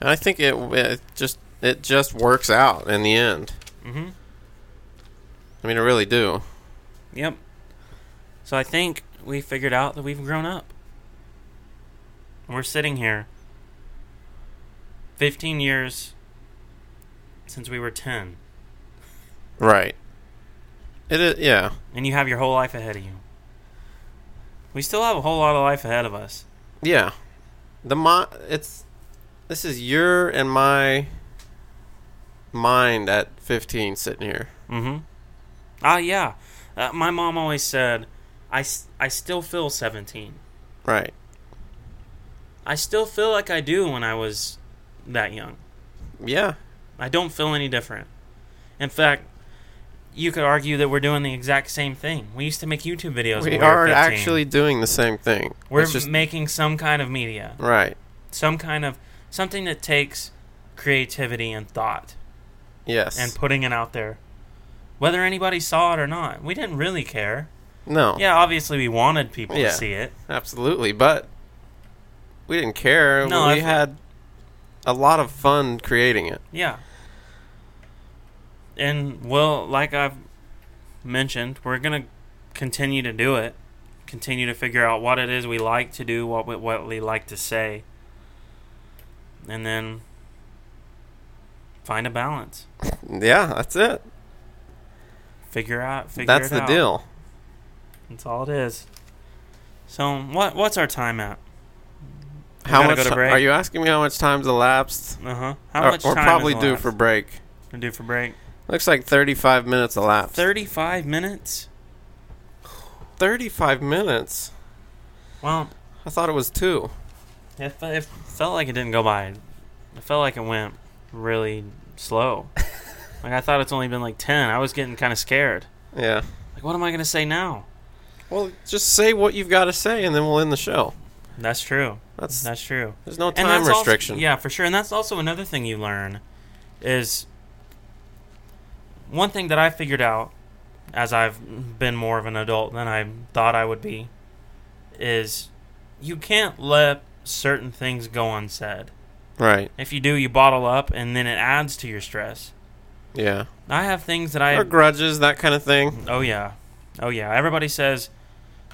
Speaker 1: And I think it, it just it just works out in the end.
Speaker 2: Mm-hmm.
Speaker 1: I mean, I really do.
Speaker 2: Yep. So I think we figured out that we've grown up. We're sitting here 15 years since we were 10,
Speaker 1: Right. It is, yeah.
Speaker 2: and you have your whole life ahead of you. We still have a whole lot of life ahead of us.
Speaker 1: Yeah. The mo- it's this is your and my mind at 15 sitting here.
Speaker 2: Mm hmm. Ah, yeah. Uh, my mom always said, I, s- I still feel 17.
Speaker 1: Right.
Speaker 2: I still feel like I do when I was that young.
Speaker 1: Yeah.
Speaker 2: I don't feel any different. In fact, you could argue that we're doing the exact same thing. We used to make YouTube videos.
Speaker 1: We
Speaker 2: when were
Speaker 1: are
Speaker 2: 15.
Speaker 1: actually doing the same thing.
Speaker 2: we're
Speaker 1: It's just
Speaker 2: making some kind of media,
Speaker 1: right.
Speaker 2: some kind of something that takes creativity and thought
Speaker 1: Yes.
Speaker 2: and putting it out there. Whether anybody saw it or not, we didn't really care.
Speaker 1: no.
Speaker 2: Yeah, obviously we wanted people
Speaker 1: Yeah.
Speaker 2: to see it.
Speaker 1: Absolutely, but we didn't care.
Speaker 2: No,
Speaker 1: we
Speaker 2: I've-
Speaker 1: had a lot of fun creating it.
Speaker 2: Yeah. And well, like I've mentioned, we're gonna continue to do it. Continue to figure out what it is we like to do, what we, what we like to say, and then find a balance.
Speaker 1: Yeah, that's it.
Speaker 2: Figure out. Figure
Speaker 1: that's
Speaker 2: it
Speaker 1: the
Speaker 2: out.
Speaker 1: deal.
Speaker 2: That's all it is. So what what's our time at? We
Speaker 1: How
Speaker 2: gotta
Speaker 1: much
Speaker 2: go to
Speaker 1: ti-
Speaker 2: break?
Speaker 1: are you asking me how much time's elapsed?
Speaker 2: Uh huh. How
Speaker 1: or,
Speaker 2: much
Speaker 1: we're
Speaker 2: time
Speaker 1: probably
Speaker 2: is
Speaker 1: due
Speaker 2: left?
Speaker 1: for break.
Speaker 2: We're due for break?
Speaker 1: Looks like 35 minutes elapsed.
Speaker 2: Thirty-five minutes.
Speaker 1: 35 minutes.
Speaker 2: Well,
Speaker 1: I thought it was 2.
Speaker 2: It, fe- it felt like it didn't go by. It felt like it went really
Speaker 1: *laughs*
Speaker 2: slow. like I thought it's only been like ten. I was getting kind of scared.
Speaker 1: Yeah.
Speaker 2: Like what am I gonna say now?
Speaker 1: Well, just say what you've got to say and then we'll end the show.
Speaker 2: That's true.
Speaker 1: That's
Speaker 2: That's true.
Speaker 1: there's no
Speaker 2: And
Speaker 1: time
Speaker 2: that's also-
Speaker 1: restriction.
Speaker 2: yeah, for sure. And that's also another thing you learn is one thing that I figured out as I've been more of an adult than I thought I would be is you can't let certain things go unsaid.
Speaker 1: Right.
Speaker 2: If you do, you bottle up, and then it adds to your stress.
Speaker 1: Yeah.
Speaker 2: I have things that I.
Speaker 1: or grudges, that kind of thing.
Speaker 2: Oh yeah, oh yeah. Everybody says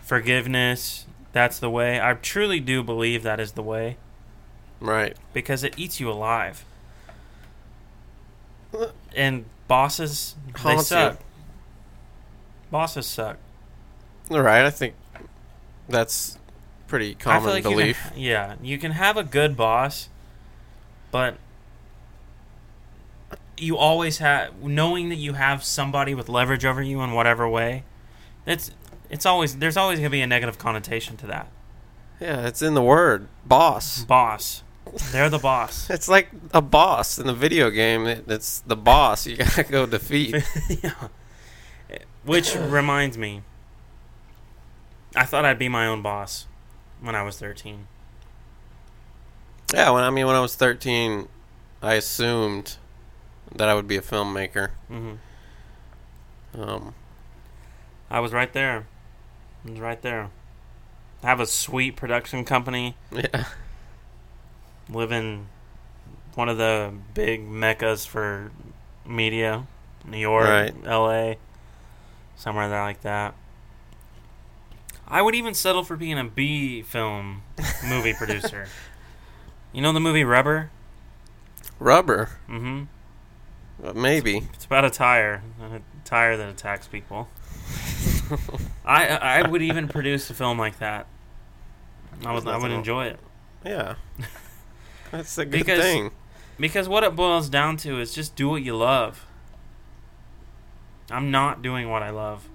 Speaker 2: forgiveness. That's the way. I truly do believe that is the way
Speaker 1: Right.
Speaker 2: because it eats you alive. and bosses they
Speaker 1: Haunts you.
Speaker 2: suck. Bosses suck.
Speaker 1: All right, I think that's pretty
Speaker 2: I feel
Speaker 1: common
Speaker 2: like you can- *laughs*
Speaker 1: belief.
Speaker 2: yeah, you can have a good boss, but you always have knowing that you have somebody with leverage over you in whatever way. It's it's always there's always gonna be a negative connotation to that
Speaker 1: Yeah, it's in the word boss.
Speaker 2: boss. They're the boss.
Speaker 1: It's like a boss in the video game. It, it's the boss you *laughs* gotta go defeat.
Speaker 2: *laughs* *laughs* yeah. Which reminds me, I thought I'd be my own boss when I was thirteen.
Speaker 1: yeah, when I mean when I was thirteen, I assumed that I would be a filmmaker.
Speaker 2: hmm
Speaker 1: Um,
Speaker 2: I was right there. I was right there. Have a sweet production company.
Speaker 1: yeah,
Speaker 2: live in one of the big meccas for media, New York,
Speaker 1: Right.
Speaker 2: L.A., somewhere there like that. I would even settle for being a B film
Speaker 1: *laughs*
Speaker 2: movie producer. You know the movie Rubber?
Speaker 1: rubber,
Speaker 2: Mm-hmm.
Speaker 1: uh,
Speaker 2: *laughs*
Speaker 1: maybe.
Speaker 2: It's about a tire, a tire that attacks people. I I would even produce a film like that. I would I
Speaker 1: There's
Speaker 2: would
Speaker 1: nothing-
Speaker 2: enjoy it.
Speaker 1: Yeah, that's a good
Speaker 2: Because-
Speaker 1: thing.
Speaker 2: Because what it boils down to is just do what you love. I'm not doing what I love.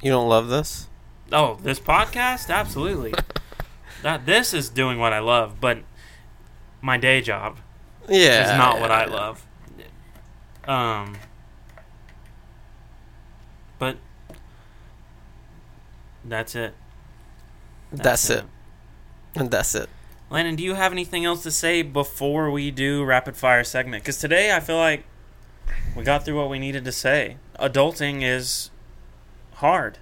Speaker 1: You don't love this?
Speaker 2: Oh, this
Speaker 1: *laughs*
Speaker 2: podcast? Absolutely. that this is doing what I love, but my day job
Speaker 1: Yeah,
Speaker 2: is not what
Speaker 1: yeah,
Speaker 2: I
Speaker 1: yeah.
Speaker 2: love. Um but that's it.
Speaker 1: That's it. And that's it.
Speaker 2: Landon, do you have anything else to say before we do rapid fire segment? Because today I feel like we got through what we needed to say. Adulting is
Speaker 1: *laughs*
Speaker 2: hard.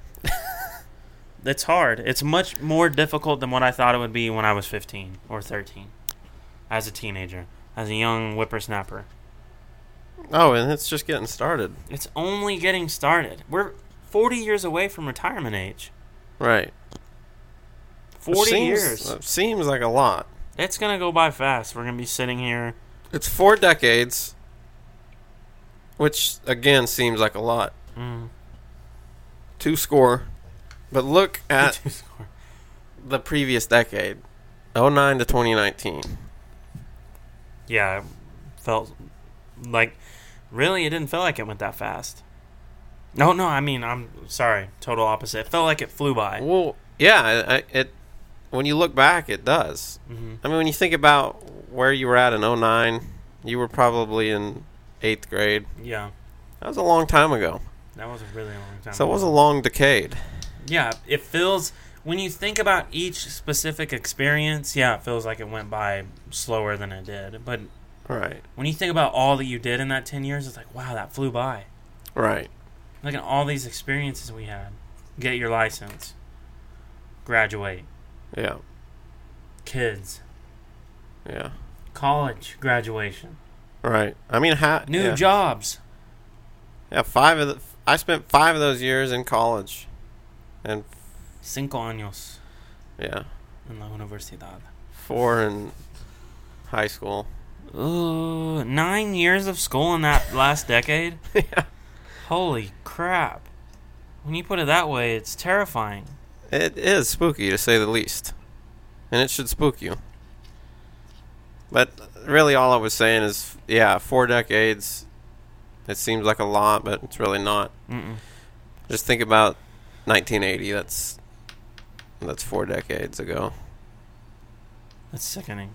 Speaker 2: it's hard. It's much more difficult than what I thought it would be when I was 15 or 13 as a teenager, as a young whippersnapper.
Speaker 1: Oh, and it's just getting started.
Speaker 2: It's only getting started. We're 40 years away from retirement age.
Speaker 1: Right.
Speaker 2: 40
Speaker 1: seems,
Speaker 2: years.
Speaker 1: It seems like a lot.
Speaker 2: It's going to go by fast. We're going to be sitting here.
Speaker 1: It's four decades, which again seems like a lot.
Speaker 2: Mm,
Speaker 1: Two score. But look
Speaker 2: *laughs*
Speaker 1: at
Speaker 2: two score.
Speaker 1: the previous decade 09 to 2019.
Speaker 2: yeah, it felt like really it didn't feel like it went that fast. No, no, I mean I'm sorry, total opposite. It felt like it flew by.
Speaker 1: Well, yeah, I, I, it. when you look back, it does.
Speaker 2: hmm
Speaker 1: I mean, when you think about where you were at in 09, you were probably in eighth grade.
Speaker 2: Yeah,
Speaker 1: That was a long time ago.
Speaker 2: that was a really long time.
Speaker 1: So it
Speaker 2: ago.
Speaker 1: was a long decade.
Speaker 2: yeah, it feels when you think about each specific experience. Yeah, it feels like it went by slower than it did. But
Speaker 1: Right.
Speaker 2: when you think about all that you did in that ten years, it's like wow, that flew by.
Speaker 1: Right.
Speaker 2: Look at all these experiences we had. Get your license, graduate,
Speaker 1: Yeah.
Speaker 2: kids,
Speaker 1: Yeah.
Speaker 2: college graduation,
Speaker 1: Right. I mean, how
Speaker 2: new
Speaker 1: yeah.
Speaker 2: jobs.
Speaker 1: Yeah, five of the. I spent five of those years in college, and
Speaker 2: Cinco años
Speaker 1: yeah,
Speaker 2: en la universidad.
Speaker 1: four in high school. *laughs*
Speaker 2: Ooh, nine years of school in that last decade?
Speaker 1: yeah,
Speaker 2: Holy crap. When you put it that way, it's terrifying.
Speaker 1: it is spooky to say the least, and it should spook you. But really, all I was saying is, yeah, four decades. It seems like a lot, but it's really not.
Speaker 2: Mm-mm.
Speaker 1: Just think about 1980. That's that's four decades ago.
Speaker 2: That's sickening.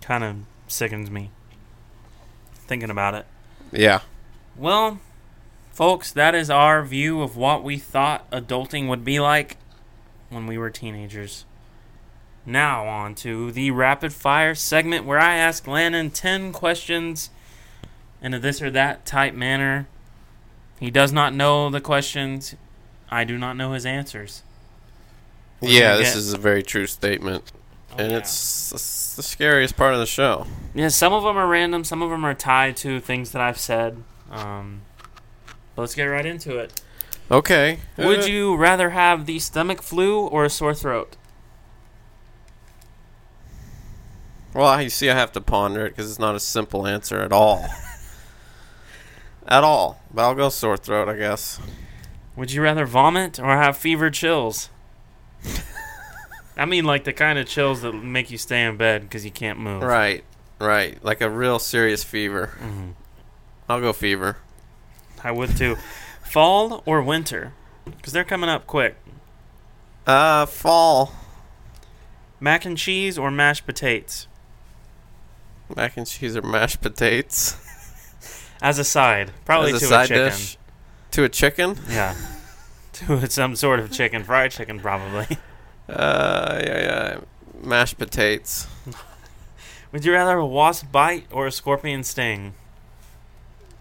Speaker 2: kind of sickens me thinking about it.
Speaker 1: Yeah.
Speaker 2: Well, folks, that is our view of what we thought adulting would be like when we were teenagers. Now, on to the rapid fire segment where I ask Landon 10 questions in a this or that type manner. He does not know the questions, I do not know his answers. We're
Speaker 1: Yeah,
Speaker 2: gonna
Speaker 1: this
Speaker 2: get-
Speaker 1: is a very true statement,
Speaker 2: Oh,
Speaker 1: and
Speaker 2: yeah.
Speaker 1: it's, it's the scariest part of the show.
Speaker 2: Yeah, some of them are random, some of them are tied to things that I've said. Um, but let's get right into it.
Speaker 1: Okay. Uh,
Speaker 2: Would you rather have the stomach flu or a sore throat?
Speaker 1: Well, you see, I have to ponder it because it's not a simple answer at
Speaker 2: *laughs*
Speaker 1: all. at all. But I'll go sore throat, I guess.
Speaker 2: Would you rather vomit or have
Speaker 1: *laughs*
Speaker 2: fever chills? I mean, like the kind of chills that make you stay in bed because you can't move.
Speaker 1: Right, right. Like a real serious fever.
Speaker 2: Mhm.
Speaker 1: I'll go fever.
Speaker 2: I would too. Fall or winter? Because they're coming up quick.
Speaker 1: Uh, fall.
Speaker 2: Mac and cheese or mashed potatoes?
Speaker 1: Mac and cheese or mashed potatoes.
Speaker 2: As a side, probably
Speaker 1: As
Speaker 2: to
Speaker 1: a
Speaker 2: a,
Speaker 1: side
Speaker 2: chicken.
Speaker 1: dish. To a chicken?
Speaker 2: Yeah, *laughs* to some sort of chicken, fried chicken probably. *laughs*
Speaker 1: Uh, yeah, yeah. Mashed potatoes.
Speaker 2: Would you rather a wasp bite or a scorpion sting?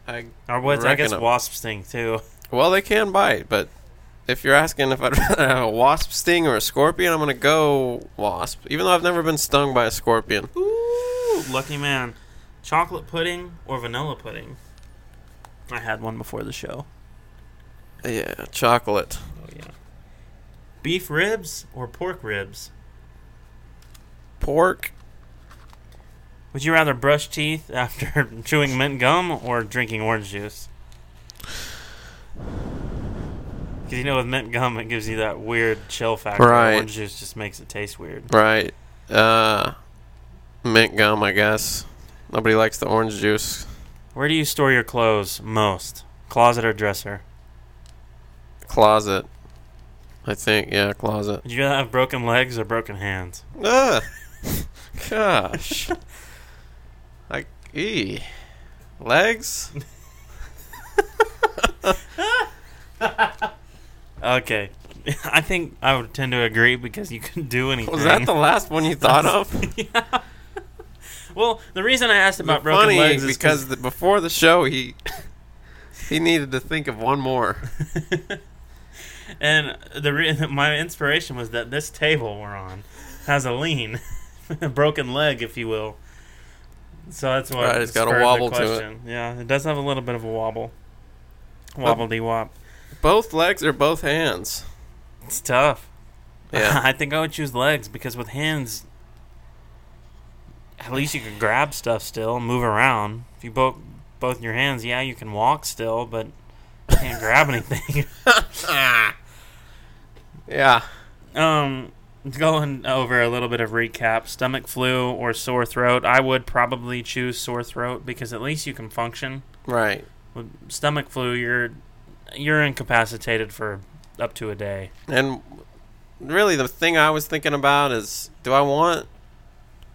Speaker 1: I,
Speaker 2: Or what? I
Speaker 1: Reckon
Speaker 2: guess
Speaker 1: a-
Speaker 2: wasp sting too.
Speaker 1: well, they can bite, but if you're asking if I'd *laughs* rather have a wasp sting or a scorpion, I'm going to go wasp. Even though I've never been stung by a scorpion.
Speaker 2: Ooh, lucky man. Chocolate pudding or vanilla pudding? I had one before the show.
Speaker 1: Yeah, chocolate.
Speaker 2: Oh yeah. Beef ribs or pork ribs?
Speaker 1: Pork.
Speaker 2: Would you rather brush teeth *laughs* after chewing mint gum or drinking orange juice? Because you know, with mint gum, it gives you that weird chill factor.
Speaker 1: Right.
Speaker 2: Orange juice just makes it taste weird.
Speaker 1: Right. Uh, mint gum, I guess. Nobody likes the orange juice.
Speaker 2: Where do you store your clothes most? Closet or dresser?
Speaker 1: Closet. I think, yeah, closet.
Speaker 2: Would you rather have broken legs or broken hands?
Speaker 1: Ugh. *laughs* Gosh. Like, ee. Legs?
Speaker 2: Okay. *laughs* I think I would tend to agree because you couldn't do
Speaker 1: *laughs*
Speaker 2: anything.
Speaker 1: Was that the last one you thought
Speaker 2: *laughs*
Speaker 1: of?
Speaker 2: Well, the reason I asked about broken
Speaker 1: Funny,
Speaker 2: legs is
Speaker 1: because the, before the show, he he needed to think of one
Speaker 2: *laughs*
Speaker 1: more.
Speaker 2: and the re- *laughs* my inspiration was that this table we're on has a lean, *laughs* a broken leg, if you will. So that's what
Speaker 1: Right, it's got a
Speaker 2: spurred the
Speaker 1: wobble to it.
Speaker 2: question. Yeah, it does have a little bit of a wobble. Wobble de wop.
Speaker 1: Both legs or both hands?
Speaker 2: It's tough.
Speaker 1: Yeah.
Speaker 2: *laughs* I think I would choose legs because with hands, at least you can grab stuff still, move around. If you both both in your hands, yeah, you can walk still, but you can't
Speaker 1: *laughs*
Speaker 2: grab anything. *laughs*
Speaker 1: yeah.
Speaker 2: Um, going over a little bit of recap: stomach flu or sore throat. I would probably choose sore throat because at least you can function.
Speaker 1: Right.
Speaker 2: With stomach flu, you're you're incapacitated for up to a day.
Speaker 1: And really, the thing I was thinking about is do I want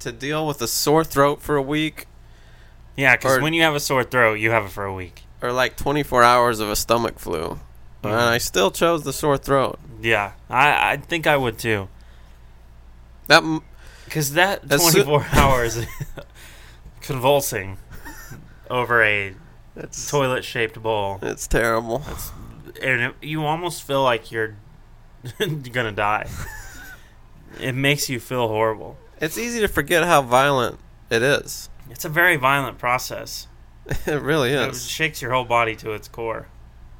Speaker 1: to deal with a sore throat for a week
Speaker 2: Yeah, because
Speaker 1: Or-
Speaker 2: when you have a sore throat, you have it for a week.
Speaker 1: or like 24 hours of a stomach flu?
Speaker 2: Mm.
Speaker 1: And I still chose the sore throat.
Speaker 2: Yeah, I, I think I would too.
Speaker 1: That m-
Speaker 2: Because that
Speaker 1: As soo-
Speaker 2: 24 *laughs* hours convulsing over a
Speaker 1: it's,
Speaker 2: toilet shaped bowl,
Speaker 1: it's terrible.
Speaker 2: and it, you almost feel like you're *laughs* gonna die. It makes you feel horrible.
Speaker 1: It's easy to forget how violent it is. *laughs*
Speaker 2: It's a very violent process.
Speaker 1: It really
Speaker 2: It
Speaker 1: is.
Speaker 2: shakes your whole body to its core.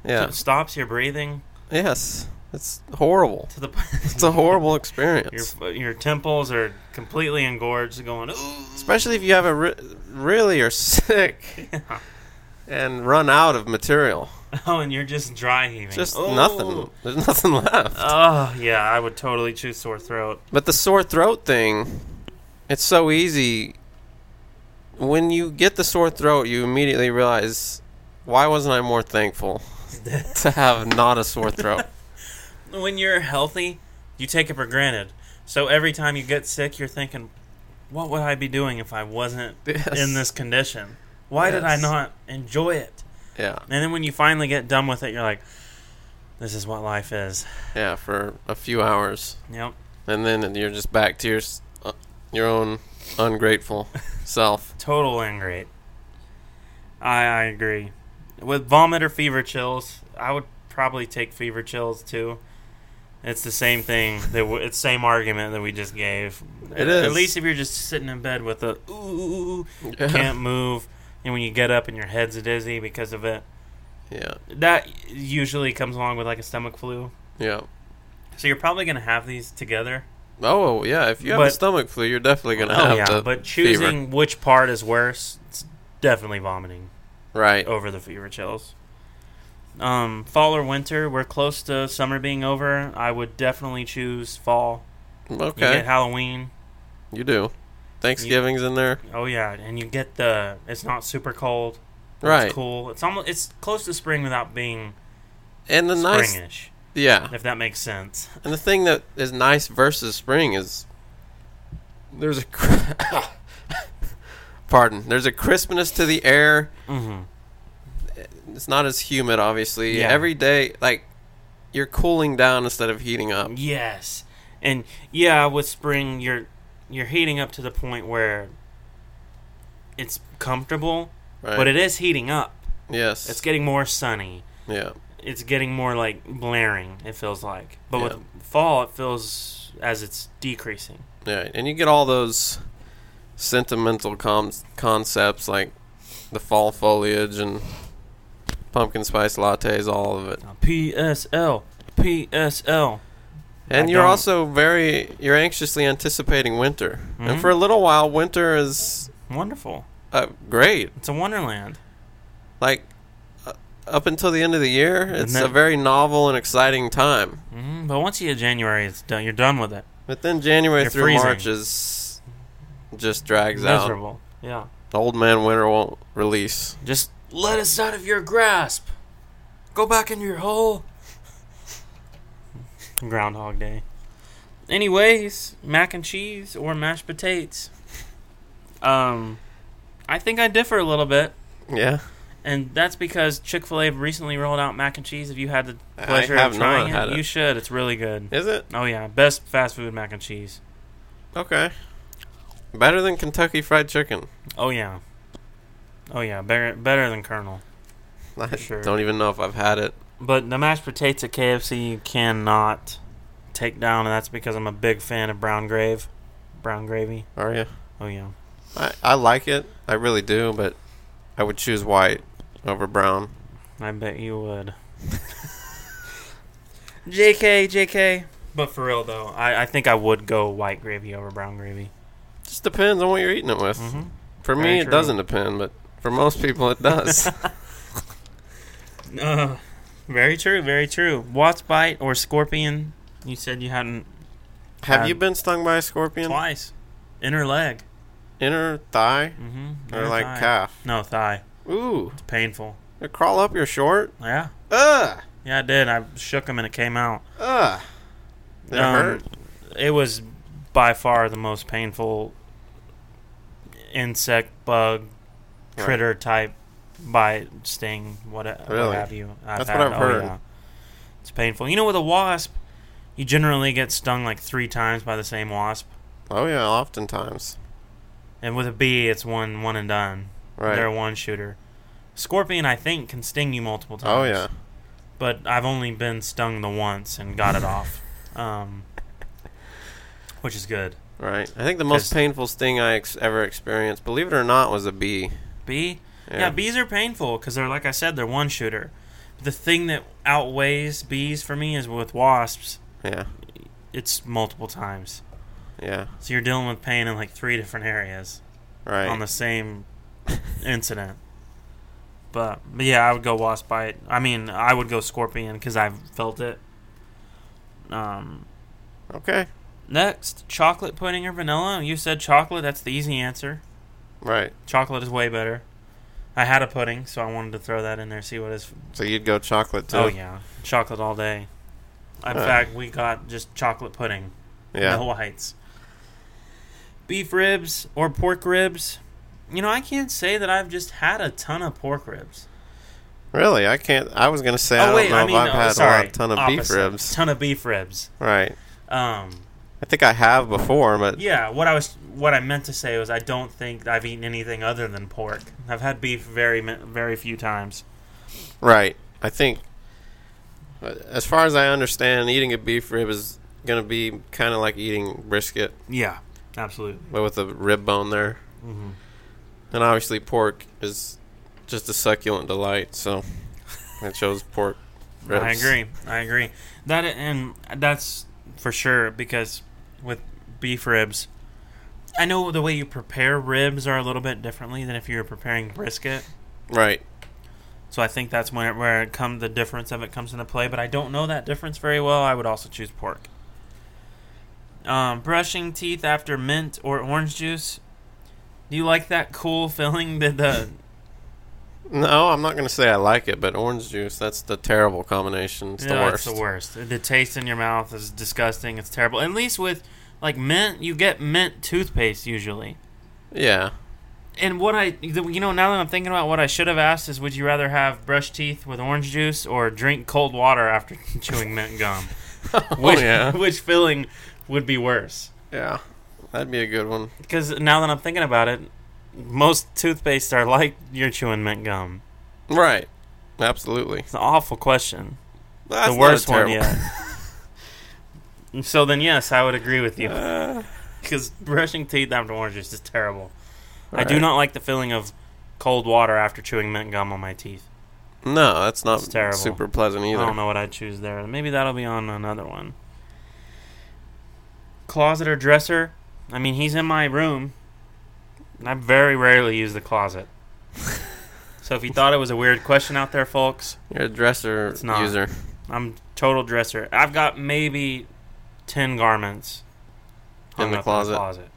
Speaker 1: Yeah.
Speaker 2: It stops your breathing
Speaker 1: Yes. It's horrible.
Speaker 2: to the *laughs* point
Speaker 1: It's a horrible
Speaker 2: your
Speaker 1: experience.
Speaker 2: your temples are completely engorged, going. Ooh. *laughs*
Speaker 1: Especially if you have a re- really are sick and run out of material.
Speaker 2: Oh, and you're just dry heaving.
Speaker 1: Just
Speaker 2: Oh.
Speaker 1: nothing. There's nothing left.
Speaker 2: Oh yeah, I would totally choose sore throat.
Speaker 1: But the sore throat thing, it's so easy. When you get the sore throat, you immediately realize, why wasn't I more thankful *laughs* to have not a sore throat?
Speaker 2: *laughs* when you're healthy, you take it for granted. So every time you get sick, you're thinking, what would I be doing if I wasn't
Speaker 1: Yes.
Speaker 2: *laughs* in this condition? Why did I
Speaker 1: Yes.
Speaker 2: not enjoy it?
Speaker 1: Yeah,
Speaker 2: And then when you finally get done with it, you're like, this is what life is.
Speaker 1: yeah, for a few hours,
Speaker 2: Yep.
Speaker 1: and then you're just back to your s- uh, your own
Speaker 2: *laughs*
Speaker 1: ungrateful self.
Speaker 2: Total ingrate. I, I agree. With vomit or fever chills, I would probably take fever chills too. It's the same thing. That w- it's same argument that we just gave.
Speaker 1: It
Speaker 2: At
Speaker 1: is.
Speaker 2: least if you're just sitting in bed with a ooh,
Speaker 1: Yeah.
Speaker 2: can't move, and when you get up and your head's dizzy because of it,
Speaker 1: *laughs* yeah,
Speaker 2: that usually comes along with like a stomach flu.
Speaker 1: yeah,
Speaker 2: So you're probably gonna have these together.
Speaker 1: Oh yeah, if you have a
Speaker 2: But-
Speaker 1: stomach flu, you're definitely gonna
Speaker 2: Oh
Speaker 1: have
Speaker 2: yeah,
Speaker 1: the
Speaker 2: but
Speaker 1: fever.
Speaker 2: choosing which part is worse, it's definitely vomiting
Speaker 1: right.
Speaker 2: over the fever chills. Um, fall or winter, we're close to summer being over. I would definitely choose fall. You
Speaker 1: okay,
Speaker 2: get Halloween.
Speaker 1: you do. Thanksgiving's in there,
Speaker 2: Oh yeah, and you get the it's not super cold.
Speaker 1: right?
Speaker 2: It's cool. It's almost it's close to spring without being
Speaker 1: And the nice,
Speaker 2: springish,
Speaker 1: yeah.
Speaker 2: if that makes sense.
Speaker 1: And the thing that is nice versus spring is there's a cr- *laughs* pardon. There's a crispness to the air.
Speaker 2: Mm-hmm.
Speaker 1: It's not as humid, obviously.
Speaker 2: Yeah.
Speaker 1: Every day, like you're cooling down instead of heating up.
Speaker 2: Um, Yes, and yeah, with spring you're you're heating up to the point where it's comfortable,
Speaker 1: Right.
Speaker 2: but it is heating up.
Speaker 1: yes.
Speaker 2: It's getting more sunny.
Speaker 1: yeah.
Speaker 2: It's getting more like blaring. It feels like, but
Speaker 1: Yeah.
Speaker 2: with fall, it feels as it's decreasing.
Speaker 1: Yeah, and you get all those sentimental com- concepts like the fall foliage and pumpkin spice lattes, all of it.
Speaker 2: Now, PSL, PSL.
Speaker 1: And
Speaker 2: I
Speaker 1: you're
Speaker 2: don't-
Speaker 1: also very you're anxiously anticipating winter.
Speaker 2: Mhm.
Speaker 1: And for a little while, winter is
Speaker 2: Wonderful.
Speaker 1: uh, great.
Speaker 2: It's a wonderland.
Speaker 1: Like uh, up until the end of the year, it's
Speaker 2: then-
Speaker 1: a very novel and exciting time.
Speaker 2: hmm But once you hit January, it's done. You're done with it.
Speaker 1: But then January
Speaker 2: You're
Speaker 1: through
Speaker 2: freezing.
Speaker 1: March is just drags out.
Speaker 2: Miserable. Yeah.
Speaker 1: The old man winter won't release.
Speaker 2: Just let us out of your grasp. Go back into your hole. *laughs* Groundhog Day. Anyways, mac and cheese or mashed potatoes. Um, I think I differ a little bit,
Speaker 1: Yeah.
Speaker 2: and that's because Chick Fil A recently rolled out mac and cheese. If you had the
Speaker 1: I
Speaker 2: pleasure
Speaker 1: have
Speaker 2: of
Speaker 1: not
Speaker 2: trying
Speaker 1: had
Speaker 2: it,
Speaker 1: it.
Speaker 2: you should. It's really good.
Speaker 1: Is it?
Speaker 2: Oh yeah, best fast food mac and cheese.
Speaker 1: Okay. Better than Kentucky Fried Chicken.
Speaker 2: Oh yeah. Oh yeah, better better than Colonel.
Speaker 1: I
Speaker 2: sure.
Speaker 1: don't even know if I've had it.
Speaker 2: But the mashed potatoes at KFC you cannot take down, and that's because I'm a big fan of brown grave, brown gravy.
Speaker 1: Are you?
Speaker 2: Oh yeah,
Speaker 1: I, I like it. I really do, but I would choose white over brown.
Speaker 2: I bet you would. *laughs* Jk, Jk. But for real though, I, I think I would go white gravy over brown gravy.
Speaker 1: Just depends on what you're eating it with.
Speaker 2: hmm
Speaker 1: For
Speaker 2: Very
Speaker 1: me, it
Speaker 2: true.
Speaker 1: doesn't depend, but for most people, it
Speaker 2: *laughs*
Speaker 1: does.
Speaker 2: Uh, very true, very true. Watts bite or scorpion? You said you hadn't
Speaker 1: Have
Speaker 2: Um,
Speaker 1: you been stung by a scorpion?
Speaker 2: twice. Inner leg.
Speaker 1: Inner thigh
Speaker 2: Mm-hmm.
Speaker 1: or like calf?
Speaker 2: No thigh.
Speaker 1: Ooh,
Speaker 2: It's painful.
Speaker 1: it crawl up your short.
Speaker 2: Yeah.
Speaker 1: Ugh,
Speaker 2: Yeah, I did. I shook him and it came out.
Speaker 1: ugh. It
Speaker 2: Um,
Speaker 1: hurt.
Speaker 2: It was by far the most painful insect, bug,
Speaker 1: Right.
Speaker 2: critter type bite, sting, what, what
Speaker 1: Really?
Speaker 2: have you. I've Oh,
Speaker 1: That's what I've heard.
Speaker 2: It's painful. You know, with a wasp, you generally get stung like three times by the same wasp.
Speaker 1: Oh yeah, oftentimes.
Speaker 2: And with a bee, it's one one and done. They're a
Speaker 1: Right.
Speaker 2: one shooter. Scorpion, I think, can sting you multiple times.
Speaker 1: Oh yeah.
Speaker 2: but I've only been stung the once and got it off, um, which is good.
Speaker 1: Right. I think the most
Speaker 2: 'Cause-
Speaker 1: painful sting I ex- ever experienced, believe it or not, was a bee.
Speaker 2: Bee, yeah,
Speaker 1: Yeah.
Speaker 2: bees are painful because they're like I said, they're one shooter. The thing that outweighs bees for me is with wasps.
Speaker 1: Yeah.
Speaker 2: It's multiple times,
Speaker 1: Yeah.
Speaker 2: so you're dealing with pain in like three different areas
Speaker 1: Right.
Speaker 2: on the same incident. But, but yeah, I would go wasp bite. I mean, I would go scorpion because I've felt it. Um,
Speaker 1: okay.
Speaker 2: Next, chocolate pudding or vanilla? You said chocolate. That's the easy answer.
Speaker 1: Right.
Speaker 2: Chocolate is way better. I had a pudding, so I wanted to throw that in there. See what is.
Speaker 1: So you'd go chocolate too.
Speaker 2: Oh yeah, chocolate all day. In
Speaker 1: Huh.
Speaker 2: fact, we got just chocolate pudding.
Speaker 1: Yeah.
Speaker 2: No whites. Beef ribs or pork ribs? You know, I can't say that I've just had a ton of pork ribs.
Speaker 1: Really? I can't. I was gonna say I
Speaker 2: oh
Speaker 1: don't
Speaker 2: wait,
Speaker 1: know
Speaker 2: I
Speaker 1: if
Speaker 2: mean,
Speaker 1: I've
Speaker 2: oh,
Speaker 1: had a
Speaker 2: sorry,
Speaker 1: lot, ton of beef
Speaker 2: opposite.
Speaker 1: ribs.
Speaker 2: Ton of beef ribs.
Speaker 1: Right.
Speaker 2: Um,
Speaker 1: I think I have before, but
Speaker 2: Yeah, what I was what I meant to say was I don't think I've eaten anything other than pork. I've had beef very mi- very few times.
Speaker 1: right. I think, uh, as far as I understand, eating a beef rib is gonna be kind of like eating brisket,
Speaker 2: Yeah, absolutely.
Speaker 1: but with a rib bone there.
Speaker 2: hmm
Speaker 1: And obviously, pork is just a succulent delight. So I chose pork.
Speaker 2: *laughs* I
Speaker 1: Ribs.
Speaker 2: agree. I agree. That and that's for sure because with beef ribs. I know the way you prepare ribs are a little bit differently than if you were preparing brisket.
Speaker 1: Right.
Speaker 2: So I think that's where where it come the difference of it comes into play. But I don't know that difference very well. I would also choose pork. Um, brushing teeth after mint or orange juice. Do you like that cool *laughs* filling that the
Speaker 1: No, I'm not going to say I like it, but orange juice, that's the terrible combination. It's the
Speaker 2: No,
Speaker 1: worst.
Speaker 2: It's the worst. The taste in your mouth is disgusting. It's terrible. At least with like mint, you get mint toothpaste usually. *laughs*
Speaker 1: Yeah.
Speaker 2: And what I, you know, now that I'm thinking about what I should have asked is, would you rather have brush teeth with orange juice or drink cold water after *laughs* chewing mint gum? Which,
Speaker 1: *laughs* oh, yeah.
Speaker 2: which filling would be worse?
Speaker 1: Yeah. That'd be a good one.
Speaker 2: Because now that I'm thinking about it, most toothpastes are like you're chewing mint gum.
Speaker 1: Right. Absolutely.
Speaker 2: It's an awful question.
Speaker 1: That's
Speaker 2: the
Speaker 1: not
Speaker 2: worst
Speaker 1: a
Speaker 2: one
Speaker 1: terrible- *laughs*
Speaker 2: yet. so then, yes, I would agree with you
Speaker 1: Uh,
Speaker 2: because brushing teeth after orange juice is terrible. I do
Speaker 1: right.
Speaker 2: not like the feeling of cold water after chewing mint gum on my teeth.
Speaker 1: No, that's not
Speaker 2: It's terrible.
Speaker 1: super pleasant either.
Speaker 2: I don't know what I'd choose there. Maybe that'll be on another one. Closet or dresser? I mean, he's in my room. And I very rarely use the closet. so if you thought it was a weird question out there, folks,
Speaker 1: You're a dresser
Speaker 2: It's not.
Speaker 1: user.
Speaker 2: I'm total dresser. I've got maybe ten garments
Speaker 1: In
Speaker 2: hung
Speaker 1: the
Speaker 2: up
Speaker 1: closet.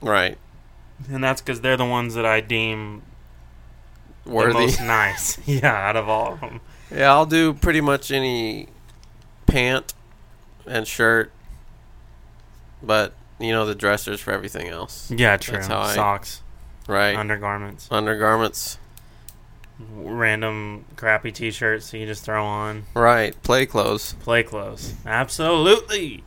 Speaker 1: Right.
Speaker 2: and that's because they're the ones that I deem the
Speaker 1: Worthy.
Speaker 2: most nice. *laughs* yeah, out of all of them.
Speaker 1: Yeah, I'll do pretty much any pant and shirt, but you know the dressers for everything else,
Speaker 2: Yeah, true.
Speaker 1: That's how I-
Speaker 2: Socks,
Speaker 1: right?
Speaker 2: undergarments,
Speaker 1: Undergarments,
Speaker 2: random crappy T-shirts that you just throw on,
Speaker 1: right? Play clothes.
Speaker 2: play clothes. Absolutely.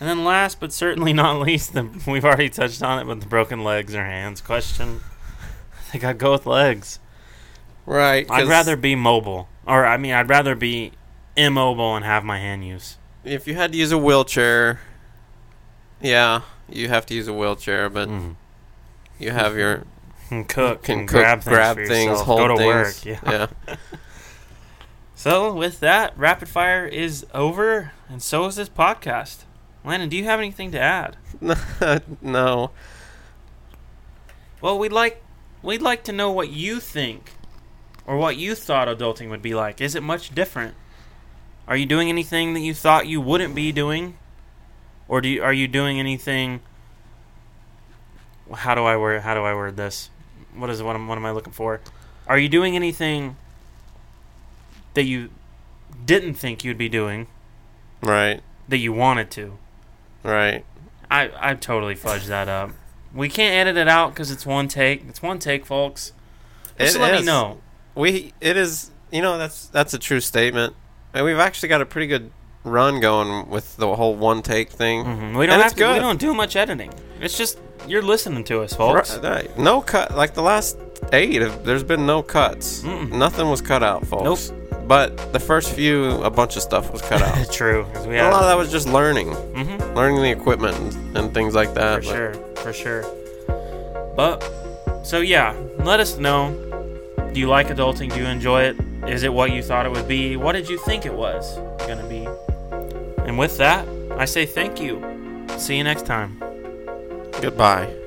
Speaker 2: And then last but certainly not least, the, *laughs* we've already touched on it, but the broken legs or hands question. I think I'd go with legs.
Speaker 1: Right.
Speaker 2: I'd
Speaker 1: 'cause
Speaker 2: rather be mobile, or I mean, I'd rather be immobile and have my hand use.
Speaker 1: if you had to use a wheelchair, yeah, you have to use a wheelchair, but
Speaker 2: Mm.
Speaker 1: you have your
Speaker 2: And cook,
Speaker 1: can
Speaker 2: and
Speaker 1: cook,
Speaker 2: grab things, for yourself,
Speaker 1: hold
Speaker 2: go to
Speaker 1: things.
Speaker 2: work. Yeah.
Speaker 1: yeah.
Speaker 2: So with that, rapid fire is over, and so is this podcast. Landon, do you have anything to add?
Speaker 1: *laughs* no.
Speaker 2: Well, we'd like we'd like to know what you think, or what you thought adulting would be like. Is it much different? Are you doing anything that you thought you wouldn't be doing, or do you, are you doing anything? How do I word How do I word this? What is what? Am, what am I looking for? Are you doing anything that you didn't think you'd be doing
Speaker 1: Right.
Speaker 2: that you wanted to?
Speaker 1: Right.
Speaker 2: I I totally fudged that up. We can't edit it out because it's one take. It's one take, folks. Just
Speaker 1: It
Speaker 2: let me
Speaker 1: is.
Speaker 2: know.
Speaker 1: we it is you know that's that's a true statement and we've actually got a pretty good run going with the whole one take thing
Speaker 2: hmm We don't
Speaker 1: Mm-hmm. And
Speaker 2: have
Speaker 1: it's
Speaker 2: to, We
Speaker 1: good.
Speaker 2: don't do much editing. It's just you're listening to us, folks.
Speaker 1: right, right. uh, no cut like the last eight if- there's been no cuts
Speaker 2: Mm-mm.
Speaker 1: nothing was cut out folks nope. but the first few a bunch of stuff was cut
Speaker 2: *laughs*
Speaker 1: out
Speaker 2: True, 'cause we
Speaker 1: a lot of
Speaker 2: have
Speaker 1: that was just learning
Speaker 2: hmm
Speaker 1: learning the equipment and, and things like that
Speaker 2: for
Speaker 1: but-
Speaker 2: sure, for sure. But so yeah, let us know. Do you like adulting? Do you enjoy it? Is it what you thought it would be? What did you think it was gonna be? And with that, I say thank you. See you next time.
Speaker 1: goodbye